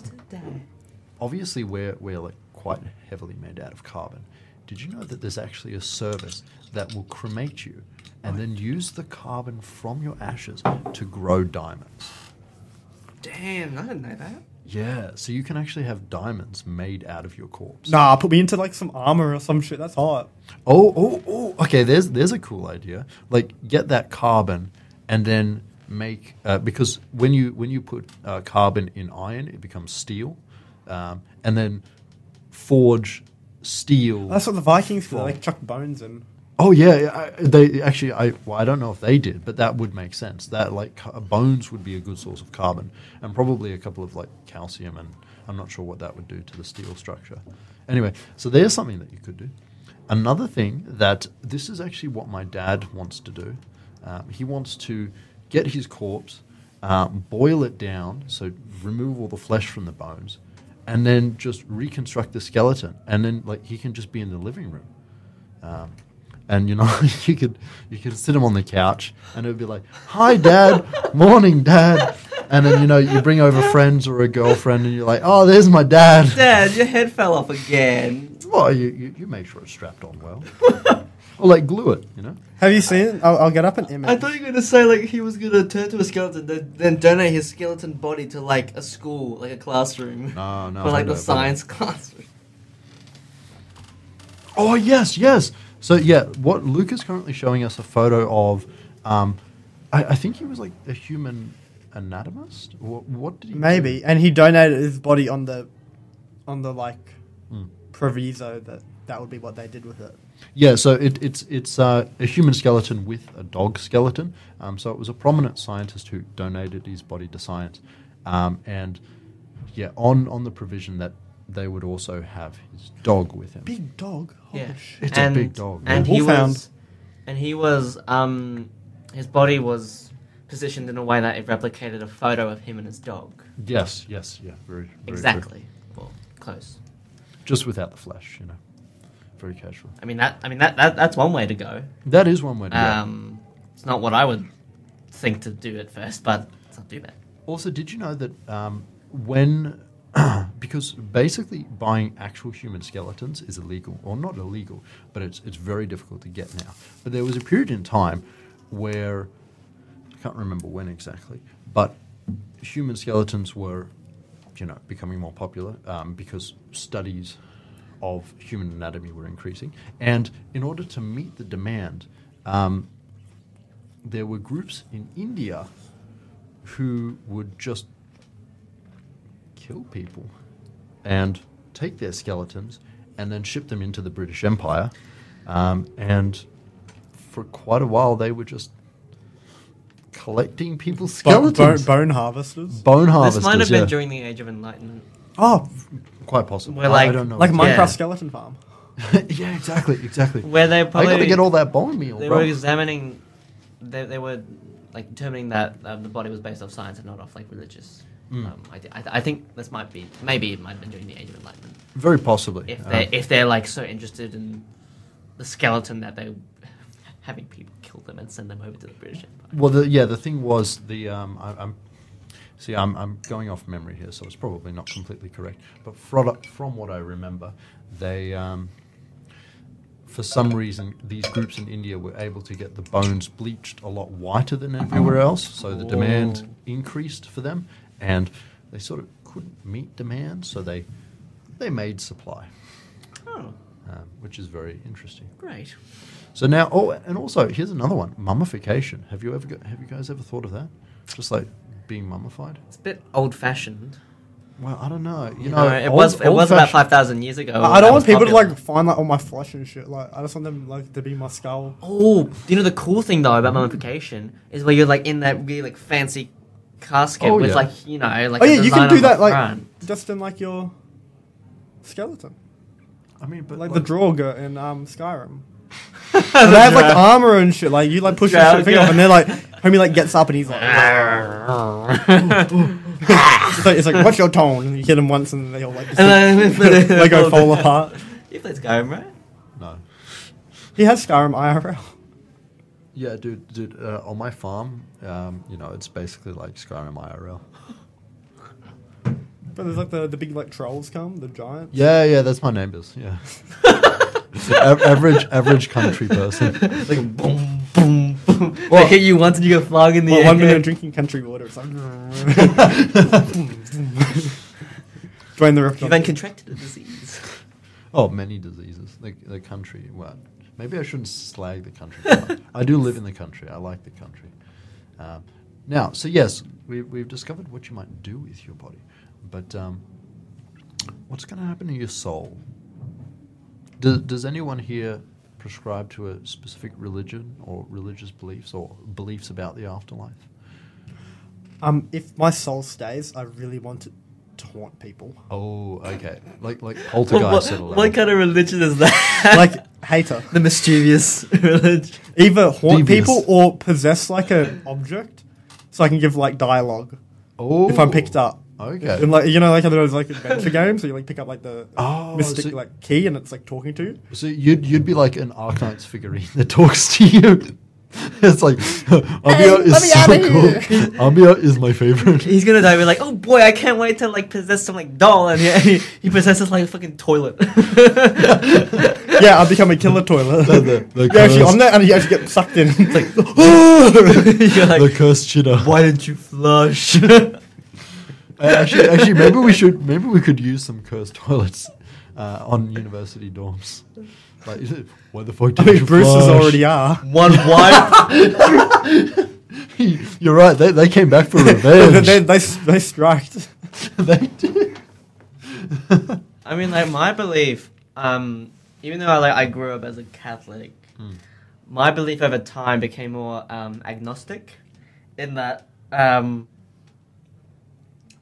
obviously, we're we're like quite heavily made out of carbon. Did you know that there's actually a service that will cremate you and then use the carbon from your ashes to grow diamonds? Damn, I didn't know that. Yeah, so you can actually have diamonds made out of your corpse. nah, put me into like some armor or some shit. That's hot. Oh, oh, oh. Okay, there's there's a cool idea. Like get that carbon and then make uh, because when you when you put uh, carbon in iron, it becomes steel, um, and then forge steel. That's what the Vikings do. They like chuck bones in. oh yeah, yeah, I, they actually I well, I don't know if they did, but that would make sense. That like ca- bones would be a good source of carbon and probably a couple of like calcium and I'm not sure what that would do to the steel structure. Anyway, so there's something that you could do. Another thing that this is actually what my dad wants to do. Um, he wants to get his corpse, um, boil it down, so remove all the flesh from the bones, and then just reconstruct the skeleton. And then like he can just be in the living room. Um, and you know <laughs> you could you could sit him on the couch and it would be like, "Hi, Dad. Morning, Dad." And then you know you bring over friends or a girlfriend and you're like, "Oh, there's my dad." Dad, your head fell off again. Well, you, you, you make sure it's strapped on well. <laughs> or like glue it, you know? Have you seen? I'll, I'll get up an image. I thought you were gonna say like he was gonna turn to a skeleton, then, then donate his skeleton body to like a school, like a classroom, No, no. for like hold up, hold up. the science <laughs> classroom. Oh yes, yes. So yeah, what Luke is currently showing us a photo of, um, I, I think he was like a human anatomist. What, what did he? do? Maybe, and he donated his body on the, on the like, Hmm. proviso that that would be what they did with it. Yeah, so it, it's it's uh, a human skeleton with a dog skeleton. Um, so it was a prominent scientist who donated his body to science, um, and yeah, on on the provision that they would also have his dog with him. Big dog. Holy Yeah, shit. Oh, It's a big dog, And yeah. he Wolfhound. was, and he was, um, his body was positioned in a way that it replicated a photo of him and his dog. Yes, yes, yeah, very, very true. exactly. Well, close. Just without the flesh, you know, very casual. I mean that. I mean that. that that's one way to go. That is one way to go. Um, it's not what I would think to do at first, but it's not too bad. Also, did you know that um, when, <coughs> because basically buying actual human skeletons is illegal, or not illegal, but it's it's very difficult to get now. But there was a period in time where I can't remember when exactly, but human skeletons were, you know, becoming more popular um, because studies of human anatomy were increasing, and in order to meet the demand. Um, there were groups in India who would just kill people and take their skeletons and then ship them into the British Empire. Um, and for quite a while, they were just collecting people's Bo- bo- skeletons. bone harvesters. bone harvesters. This might have Oh, yeah. been during the Age of Enlightenment. Oh, quite possible. We're I- I like- don't know. like if- Minecraft Yeah. skeleton farm. <laughs> yeah, exactly, exactly. Where they I got to probably- get all that bone meal, They bro. were examining. They, they were like determining that um, the body was based off science and not off like religious. Hmm. Um, I, thi- I, th- I think this might be maybe it might have been during the Age of Enlightenment. Very possibly. If Uh, they if they're like so interested in the skeleton that they having people kill them and send them over to the British Empire. Well, the, yeah, the thing was the um, I, I'm see I'm, I'm going off memory here, so it's probably not completely correct. But from from what I remember, they um, for some reason these groups in India were able to get the bones bleached a lot whiter than everywhere else, so the demand increased for them, and they sort of couldn't meet demand, so they they made supply, Oh, um, which is very interesting. great. So now, oh, and also here's another one: mummification. Have you ever, got, have you guys ever thought of that? Just like being mummified. It's a bit old fashioned. Well, I don't know. You, You know, know, it was it was about old-fashioned- five thousand years ago. I- I don't want people to like find like all my flesh and shit. Like I just want them like to be my skull. Oh, you know the cool thing though about mummification is where you're like in that really like fancy casket Oh, with yeah. like you know like oh a yeah, you design can do on the that like front. just in like your skeleton, I mean, but like, the draw. Draugr in <laughs> um, Skyrim. And they have like armor and shit. Like you like push your shit Draugr. thing off, and they're like, homie like gets up and he's <laughs> like, <laughs> it's like, it's like, what's your tone? And you hit him once, and they all like, just, And then- <laughs> they go fall apart. you played Skyrim, right? No. He has Skyrim IRL. Yeah, dude, dude. Uh, on my farm, um, you know, it's basically like Skyrim IRL. But there's like the, the big like trolls come, the giants. Yeah, yeah, that's my neighbors. <laughs> Yeah. It's the a- average, average country person. Like boom, boom, boom. Well- they hit you once and you go flying in the Well, air. one minute you're drinking country water, it's like join the You've then rift. contracted a disease. Oh, many diseases. The, the country. Well, maybe I shouldn't slag the country. too much. I do live in the country. I like the country. Um, now, so yes, we, we've discovered what you might do with your body, but um, what's going to happen to your soul? Does, does anyone here prescribe to a specific religion or religious beliefs or beliefs about the afterlife? Um, if my soul stays, I really want to <laughs> taunt people. Oh, okay. Like <laughs> like what, oh, poltergeist. at a what level. kind of religion is that? <laughs> Like hater, the mischievous <laughs> religion. either haunt Devious. people or possess like an object, so I can give like dialogue Oh, if I'm picked up. Okay. And like you know, like I those like <laughs> adventure games, so you like pick up like the Oh, mystic so- like key, and it's like talking <laughs> to you. So you'd you'd be like an Arknight's figurine that talks to you. <laughs> It's like <laughs> Amir let is me so outta cool. <laughs> Amir is my <laughs> favorite. <laughs> He's gonna die. We're like, oh boy, I can't wait to like possess some like doll, and yeah, he, he possesses like a fucking toilet. <laughs> Yeah, I become a killer toilet. The- the- the <laughs> yeah, actually, curse. on that, and you actually get sucked in. It's <laughs> like <laughs> You're like, the cursed cheetah. why didn't you flush? Uh, Actually, actually, maybe we should maybe we could use some cursed toilets uh, on university dorms. Like, why the fuck I did mean, you Bruce's flush? already <laughs> are. <laughs> One wipe. You're right. They, they came back for <laughs> they, revenge. they, they, they striked. <laughs> They <laughs> did. I mean, like my belief. Um, even though I like I grew up as a Catholic, my belief over time became more um, agnostic, in that um,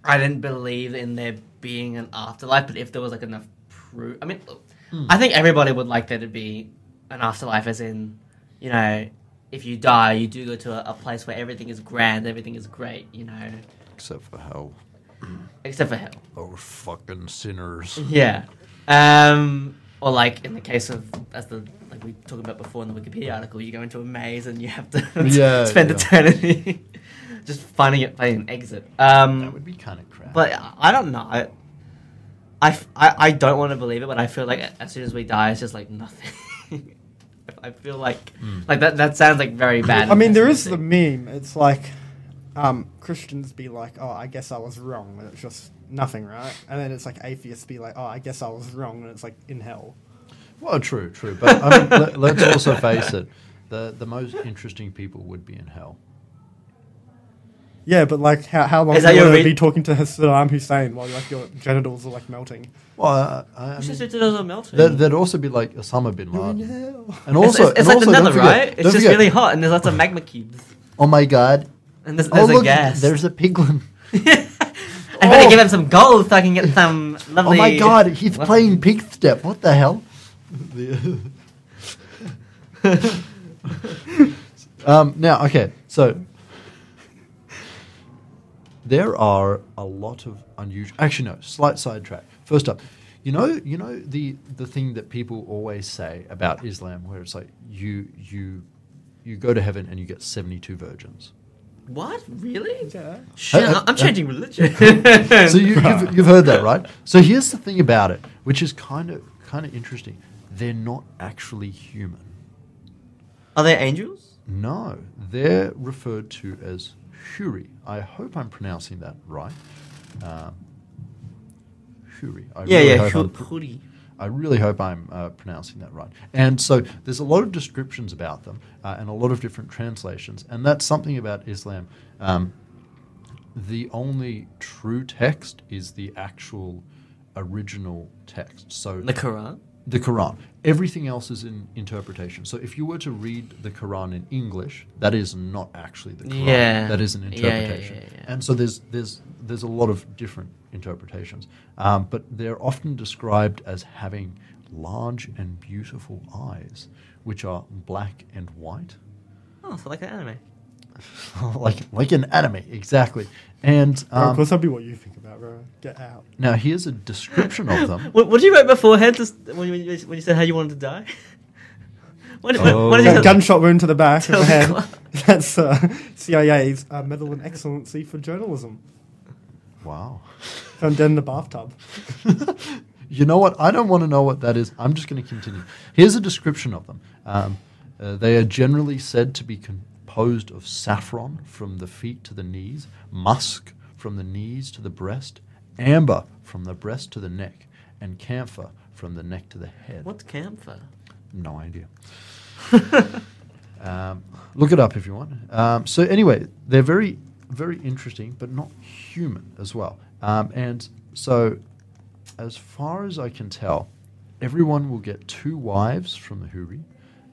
I didn't believe in there being an afterlife. But if there was like enough proof, I mean, look, I think everybody would like there to be an afterlife, as in, you know, if you die, you do go to a, a place where everything is grand, everything is great, you know, Except for hell, except for hell. oh fucking sinners. Yeah. Um, or like in the case of as the like we talked about before in the Wikipedia article, you go into a maze and you have to <laughs> Yeah, spend yeah. eternity <laughs> just finding it, finding an exit. Um, That would be kind of crap. but I- I don't know. I, I, f- I- I don't want to believe it, but I feel like as soon as we die, it's just like nothing. <laughs> I feel like like that. That sounds like very bad. I mean, there is the pessimistic. meme. It's like um, Christians be like, "Oh, I guess I was wrong," and it's just nothing, right? And then it's like atheists be like, "Oh, I guess I was wrong," and it's like in hell. Well, true, true, but I mean, <laughs> let, let's also face it: the the most interesting people would be in hell. Yeah, but like, how, how long Is is that that your you re- be talking to Saddam Hussein while like your genitals are like melting? Well, I, I It's just mean, it doesn't melt. there, would also be like Osama bin Laden, hell. and It's, also it's, it's and like also, the nether, don't forget- right? It's don't just forget- really hot, and there's lots of magma cubes, Oh my god! and there's, Oh there's a look, gas. there's a piglin. I better Oh. give him some gold so I can get some lovely. Oh my god, he's What? playing pig step. What the hell? <laughs> The- um, now, okay, so there are a lot of unusual. Actually, no, slight sidetrack. First up, you know, you know the the thing that people always say about Islam, where it's like you you you go to heaven and you get seventy two virgins. What? Really? Yeah. Shit, Uh, uh, I'm changing <laughs> religion. so you, you've, you've heard that, right? So here's the thing about it, which is kind of kind of interesting. They're not actually human. Are they angels? No, they're referred to as Huri. I hope I'm pronouncing that right. Uh, Huri. I Yeah, really yeah. hope Sure. I'm pr- I really hope I'm uh, pronouncing that right. And so there's a lot of descriptions about them uh, and a lot of different translations. And that's something about Islam. Um, the only true text is the actual original text. So The Quran. the Quran. Everything else is in interpretation. So if you were to read the Quran in English, that is not actually the Quran. Yeah. That is an Yeah, yeah, yeah, interpretation. yeah. And so there's there's there's a lot of different interpretations, um, but they're often described as having large and beautiful eyes, which are black and white <laughs> Oh, so like an anime. like like an anime, exactly. And Bro, of um, course, that'd be what you think about, bro. Get out. now here's a description of them. <laughs> What, what did you write beforehand to, s- when, you, when you said how you wanted to die? <laughs> what, what, what did Oh. you Gun- gunshot wound to the back of the head. Telegraph. <laughs> That's uh, CIA's uh, Medal in Excellency for Journalism. Wow. Found dead in the bathtub. you know what? I don't want to know what that is. I'm just going to continue. Here's a description of them. Um, uh, they are generally said to be composed of saffron from the feet to the knees, musk from the knees to the breast, amber from the breast to the neck, and camphor from the neck to the head. What's <laughs> camphor? No idea. um, look it up if you want. Um, so anyway, they're very, very interesting, but not human as well. Um, and so, as far as I can tell, everyone will get two wives from the Huri,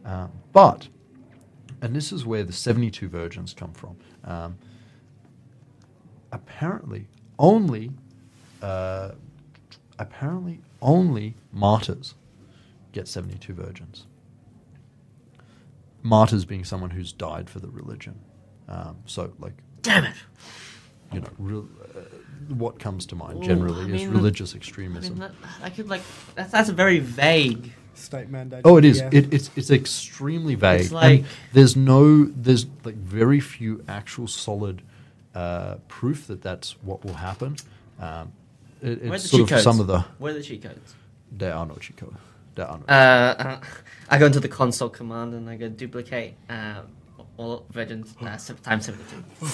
uh, but, and this is where the seventy-two virgins come from. Um, apparently, only, uh, apparently only martyrs get 72 virgins. Martyrs being someone who's died for the religion. Um, so, like, Damn it! you know, rel- uh, what comes to mind Ooh, generally I is mean, religious I mean, extremism. that, I could like that's that's very vague. State mandate. oh, it is. Yeah. It, it's it's extremely vague. It's and like- there's no there's like very few actual solid uh, proof that that's what will happen. Um, it, Where are it's the sort cheat of codes? some of the Where are the cheat codes? there are no Chico. There are no. Uh, uh, <laughs> I go into the console command and I go duplicate uh, all virgins uh, se- times seventy two.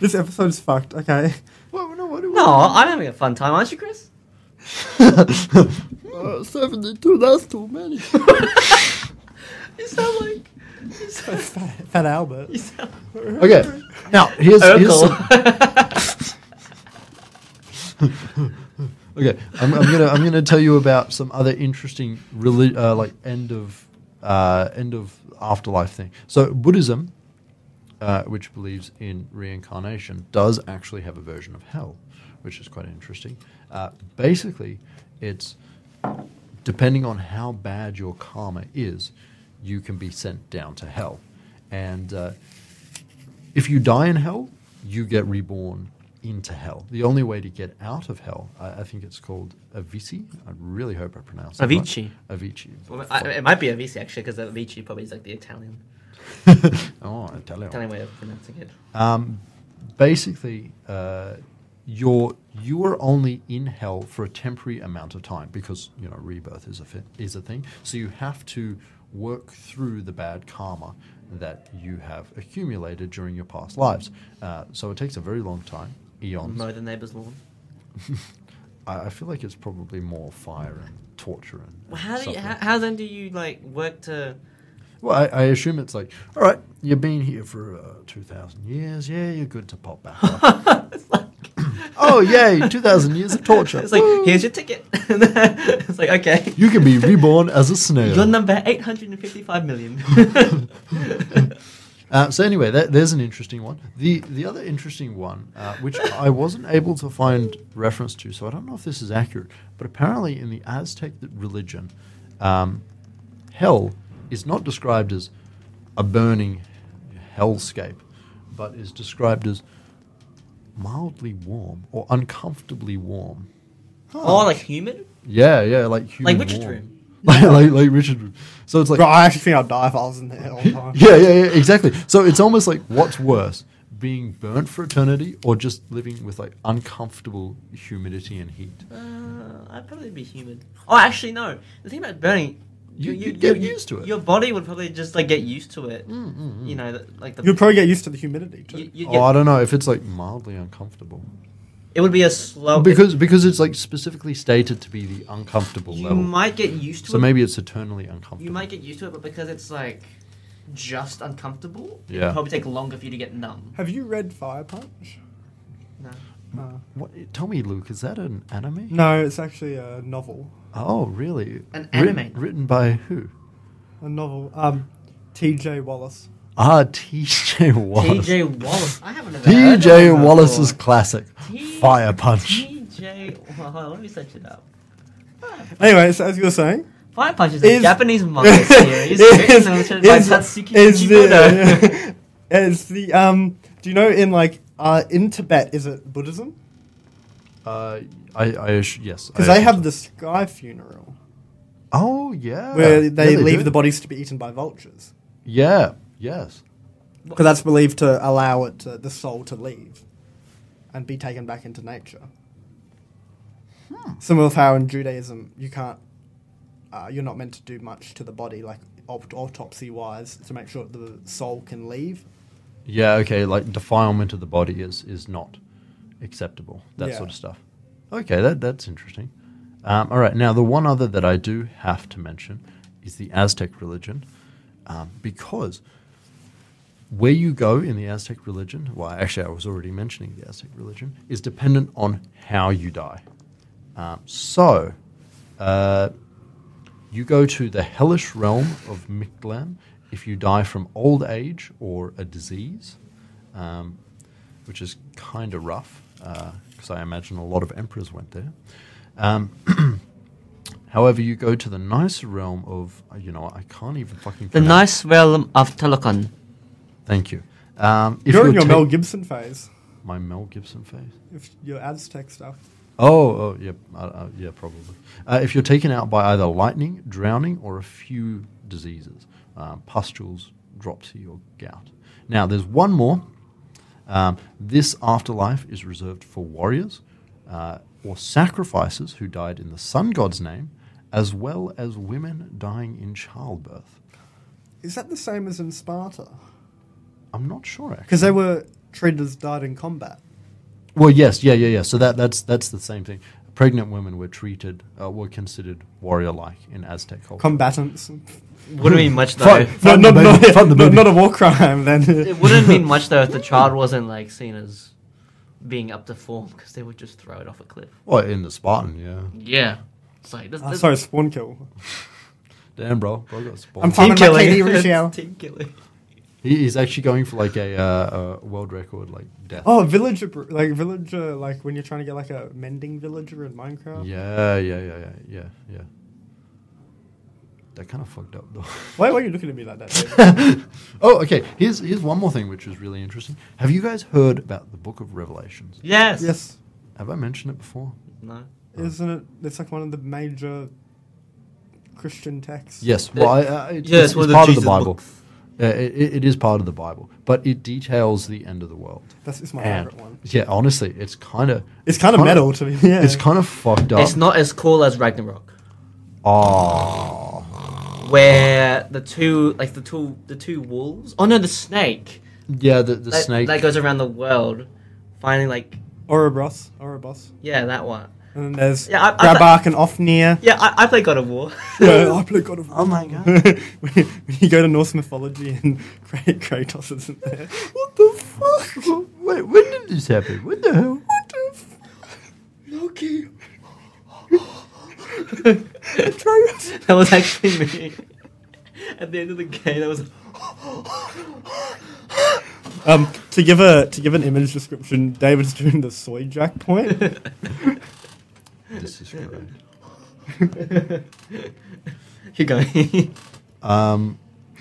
This episode is fucked. Okay. well, no, what, what, No, I'm having a fun time, aren't you, Chris? uh, 72, that's too many. You sound like you <laughs> sound, Fat Albert. you sound okay, now here's, here's some, okay. I'm, I'm gonna I'm gonna tell you about some other interesting reli- uh, like end of uh, end of afterlife thing. So Buddhism, uh, which believes in reincarnation, does actually have a version of hell, which is quite interesting. Uh, basically, it's depending on how bad your karma is, you can be sent down to hell. And uh, if you die in hell, you get reborn into hell. The only way to get out of hell, I, I think it's called Avicii. I really hope I pronounce it Avicii. Right. Avicii. <laughs> Well, I, um, it might be Avicii actually, because Avicii probably is like the Italian oh, Italian. Italian way of pronouncing it. Um, basically, uh, you're you are only in hell for a temporary amount of time because you know rebirth is a fi- is a thing. So you have to work through the bad karma that you have accumulated during your past lives. Uh, so it takes a very long time, eons. Mow the neighbor's lawn. I, I feel like it's probably more fire and torture and. Well, how do you, suffering. how, how then do you like work to? Well, I, I assume it's like, all right, you've been here for uh, 2,000 years. Yeah, you're good to pop back <laughs> up. <laughs> It's like oh, yay, 2,000 years of torture. it's like Woo. here's your ticket. <laughs> it's like okay. You can <laughs> be reborn as a snail. Your number eight hundred and fifty-five million. Uh, so anyway, that, there's an interesting one. The the other interesting one, uh, which I wasn't able to find reference to, so I don't know if this is accurate, but apparently in the Aztec religion, um, hell is not described as a burning hellscape, but is described as mildly warm or uncomfortably warm. Oh, like human? Yeah, yeah, like human Richard warm. Room. like, <laughs> like like Richard Room. So it's like Bro, I actually think I'd die if I was in there all the time. yeah, yeah, yeah, exactly. So it's almost like what's worse, being burnt for eternity or just living with like uncomfortable humidity and heat. Uh, I'd probably be human. Oh, actually, no. The thing about burning, You- you'd get used to it. Mm, Your body would probably just like get used to it. You know, the, like the. You'd probably get used to the humidity too. you- you'd Oh, I get- don't know if it's like mildly uncomfortable it would be a slow. because because it's like specifically stated to be the uncomfortable you level. might get used to so it. maybe it's eternally uncomfortable. you might get used to it, but because it's like just uncomfortable, Yeah. it'd probably take longer for you to get numb. Have you read Fire Punch? No. What, tell me, Luke, is that an anime? No, it's actually a novel. Oh, really? An Written- anime. written by who? A novel. Um, T.J. Wallace. Ah, T.J. Wallace. T.J. Wallace. I haven't. heard of T.J. him Wallace's before. classic T- Fire Punch. T.J. Wallace. Let me search it up. Anyway, so as you were saying, Fire Punch is a Is- Japanese <laughs> manga <laughs> series is- written and illustrated by is- Tatsuki is Kishimoto. the- <laughs> is the um? Do you know in like uh in Tibet is it Buddhism? Uh, I, I ass- yes. Because I they have assume the sky funeral Oh yeah, where they Yeah, leave do. the bodies to be eaten by vultures. Yeah. Yes. Because that's believed to allow it to, the soul to leave and be taken back into nature. Similar with how in Judaism you can't, uh, you're not meant to do much to the body, like aut- autopsy wise, to make sure the soul can leave. Yeah. Okay. Like defilement of the body is is not acceptable. That Yeah. sort of stuff. Okay. That that's interesting. Um, all right. Now the one other that I do have to mention is the Aztec religion, um, because where you go in the Aztec religion, well, actually, I was already mentioning the Aztec religion, is dependent on how you die. Um, so, uh, you go to the hellish realm of Mictlan if you die from old age or a disease, um, which is kind of rough because I imagine a lot of emperors went there. Um, <clears throat> however, you go to the nicer realm of, you know, I can't even fucking The pronounce- nice realm of Telokon. Thank you. Um, if you're in your ta- Mel Gibson phase, my Mel Gibson face. if your Aztec stuff. Oh, oh yeah, uh, uh, yeah, probably. Uh, if you're taken out by either lightning, drowning, or a few diseases, um, pustules, dropsy, or gout. Now, there's one more. Um, this afterlife is reserved for warriors uh, or sacrifices who died in the sun god's name, as well as women dying in childbirth. Is that the same as in Sparta? I'm not sure actually. Because they were treated as died in combat. Well, yes, yeah, yeah, yeah. So that that's that's the same thing. Pregnant women were treated, uh, were considered warrior-like in Aztec culture. Combatants. Wouldn't mean much though. Fuck. No, Fund not, the not, baby, fund the not, baby. not a war crime <laughs> then. It wouldn't mean much though if <laughs> the child wasn't like seen as being up to form because they would just throw it off a cliff. well, in the Spartan, yeah. Yeah. It's like this, Oh, this- <laughs> sorry, spawn kill. Damn, bro, bro got I'm spawned. fine team with killing. Makeni It's <laughs> Riccio. team killing. He he's actually going for like a, uh, a world record, like death. Oh, a villager, br- like villager, like when you're trying to get like a mending villager in Minecraft. Yeah, yeah, yeah, yeah, yeah, yeah. That kind of fucked up though. <laughs> Why, why are you looking at me like that? Dave? oh, okay. Here's here's one more thing which is really interesting. Have you guys heard about the Book of Revelations? Yes. yes, Have I mentioned it before? No. isn't it? It's like one of the major Christian texts. Yes. Well, I, I, it's, Uh, yeah, it's it's one of the part of the Jesus Bible. books. Uh, it, it- it is part of the Bible, but it details the end of the world. that's it's my And- favorite one. Yeah, honestly, it's kind of It's kind of kinda- metal to me. Yeah, it's kind of fucked up. It's not as cool as Ragnarok, Oh, where the two like the two the two wolves. Oh no, the snake. yeah, the, the that, snake. that goes around the world, finding like Ouroboros, Ouroboros, yeah that one. and then there's Yeah, I- I- Grabak and Ofnir. Yeah, I, I play God of War. <laughs> <laughs> Yeah, I play God of War. Oh my God. <laughs> when, you, when you go to Norse mythology and <laughs> Kra- Kratos isn't there. what the fuck? Wait, when did this happen? What the hell? What the f- <laughs> Loki. that was actually me. <laughs> At the end of the game, I was like, Um, to give a to give an image description, David's <laughs> doing the soy jack point. This is correct. keep going. Um,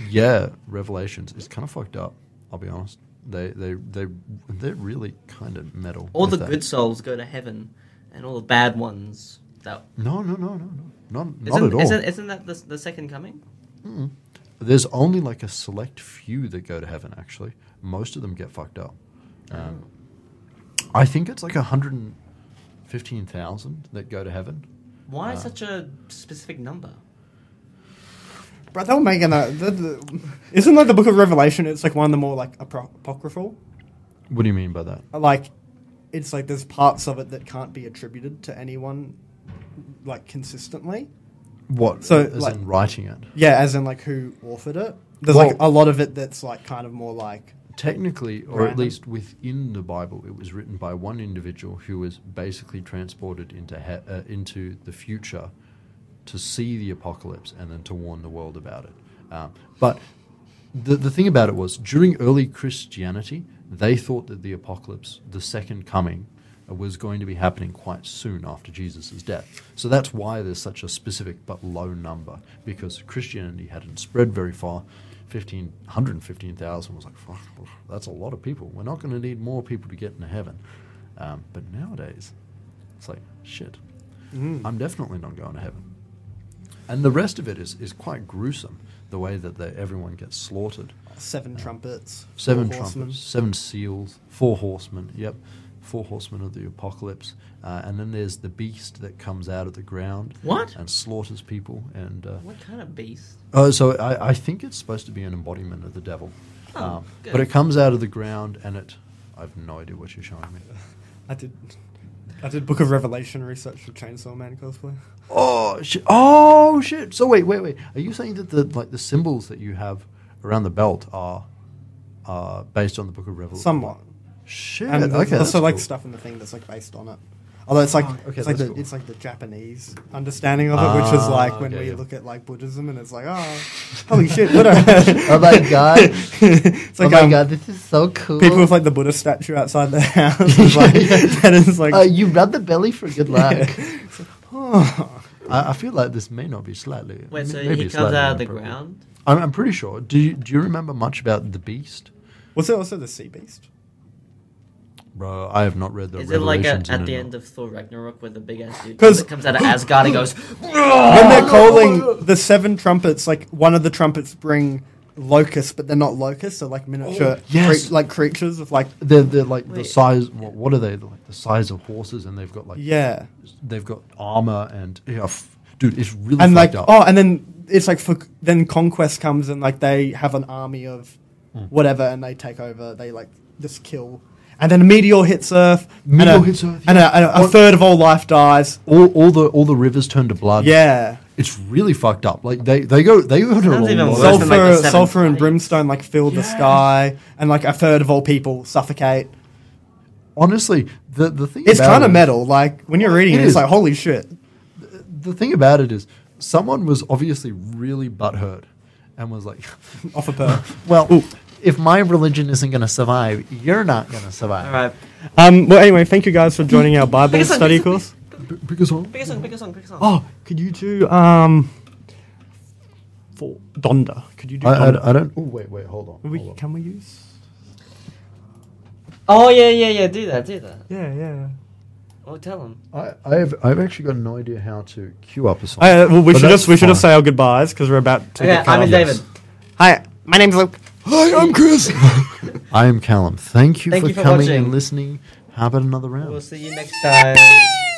yeah, Revelations. It's kind of fucked up. I'll be honest. They they they they're really kind of metal. <laughs> all the with that. good souls go to heaven, and all the bad ones. That No no no no no not not isn't, at all. Isn't, isn't that the, the second coming? There's only like a select few that go to heaven. Actually, most of them get fucked up. Um, I think it's like hundred and fifteen thousand that go to heaven. Uh. Why such a specific number? <laughs> Bro, they were making that. The, the, isn't that the Book of Revelation? It's like one of the more like apro- apocryphal. What do you mean by that? Like, it's like there's parts of it that can't be attributed to anyone, like consistently. What? So, as like- in writing it. Yeah, as in like who authored it. There's like Well- a lot of it that's like kind of more like technically, or at Random. least within the Bible, it was written by one individual who was basically transported into he- uh, into the future to see the apocalypse and then to warn the world about it. Um, but the the thing about it was during early Christianity, they thought that the apocalypse, the second coming. uh, Was going to be happening quite soon after Jesus' death. So that's why there's such a specific but low number, because Christianity hadn't spread very far. 15, 115,000 was like, fuck, that's a lot of people. We're not going to need more people to get into heaven. Um, but nowadays, it's like, shit, I'm definitely not going to heaven. And the rest of it is, is quite gruesome, the way that they, everyone gets slaughtered. seven trumpets, Seven four horsemen. trumpets, seven seals, four horsemen. Yep, four horsemen of the apocalypse. Uh, and then there's the beast that comes out of the ground. What? And slaughters people. And uh, What kind of beast? Oh, so I, I think it's supposed to be an embodiment of the devil. Oh, um, good. but it comes out of the ground and it. I've no idea what you're showing me. I did, I did Book of Revelation research for Chainsaw Man cosplay. Oh shit! Oh shit! So wait, wait, wait. Are you saying that the like the symbols that you have around the belt are are based on the Book of Revelation? Somewhat. Shit. And there's okay. also that's like cool. Oh, stuff in the thing that's like based on it. Although it's like, okay, it's, like that's the, cool. it's like the Japanese understanding of it, which is Ah, like when okay, we yeah. look at like Buddhism and it's like, oh, holy shit, Buddha. <laughs> Oh my god! <laughs> it's oh like my um, god! This is so cool. people <laughs> with like the Buddha statue outside their <laughs> house. <laughs> It's like, That is like, uh, you rub the belly for <laughs> good luck. oh. I, I feel like this may not be slightly. Wait, m- so maybe he comes slightly out of the inappropriate. ground? I'm, I'm pretty sure. Do you, do you remember much about the Beast? was it also the sea beast? Bro, I have not read the. Is it like at, Revelations in at it. the end of Thor Ragnarok when the big ass dude 'Cause- comes out of Asgard and goes, Ah, when they're calling the seven trumpets, like one of the trumpets bring locusts, but they're not locusts; they're like miniature, Oh, yes. cre- like creatures of like They're, they're like the Wait. size. What, what are they? They're like the size of horses, and they've got like yeah, they've got armor and yeah, f- dude, it's really and like fucked up. oh, and then it's like for then conquest comes and like they have an army of whatever, and they take over. They like just kill, and then a meteor hits Earth, Meteor and a, hits Earth, and yeah. a, and a- a What- third of all life dies. All, all the all the rivers turn to blood. Yeah. it's really fucked up. Like they, they go they go to a Sounds even lot. worse than, like, sulfur, the seven sulfur and plagues. brimstone like fill the sky, and like a third of all people suffocate. Honestly, the the thing It's about kind it of is- metal. Like when you're reading It it, it's is. like holy shit. the thing about it is someone was obviously really butthurt and was like <laughs> Off a perk. well if my religion isn't going to survive you're not going to survive "All right, <laughs> Um, well, anyway, thank you guys for <laughs> joining our Bible Biggest one, study biggest one. course. B- because I'm- pick a song, pick a song, pick a song." Oh, could you do um, for Donda? Could you do? I, Donda? I, I don't oh wait wait hold on, we, hold on. can we use? Oh yeah, yeah, yeah. Do that, do that. Yeah, yeah. Well, tell him. I, I've I've actually got no idea how to queue up a song. Uh, well, we But should that's just we should just fine. say our goodbyes because we're about to. Okay, get cut I'm in off. David. Hi, my name's Luke. Hi, I'm Chris. I am Callum. Thank you Thank for you for coming watching. and listening. How about another round? We'll see you next time.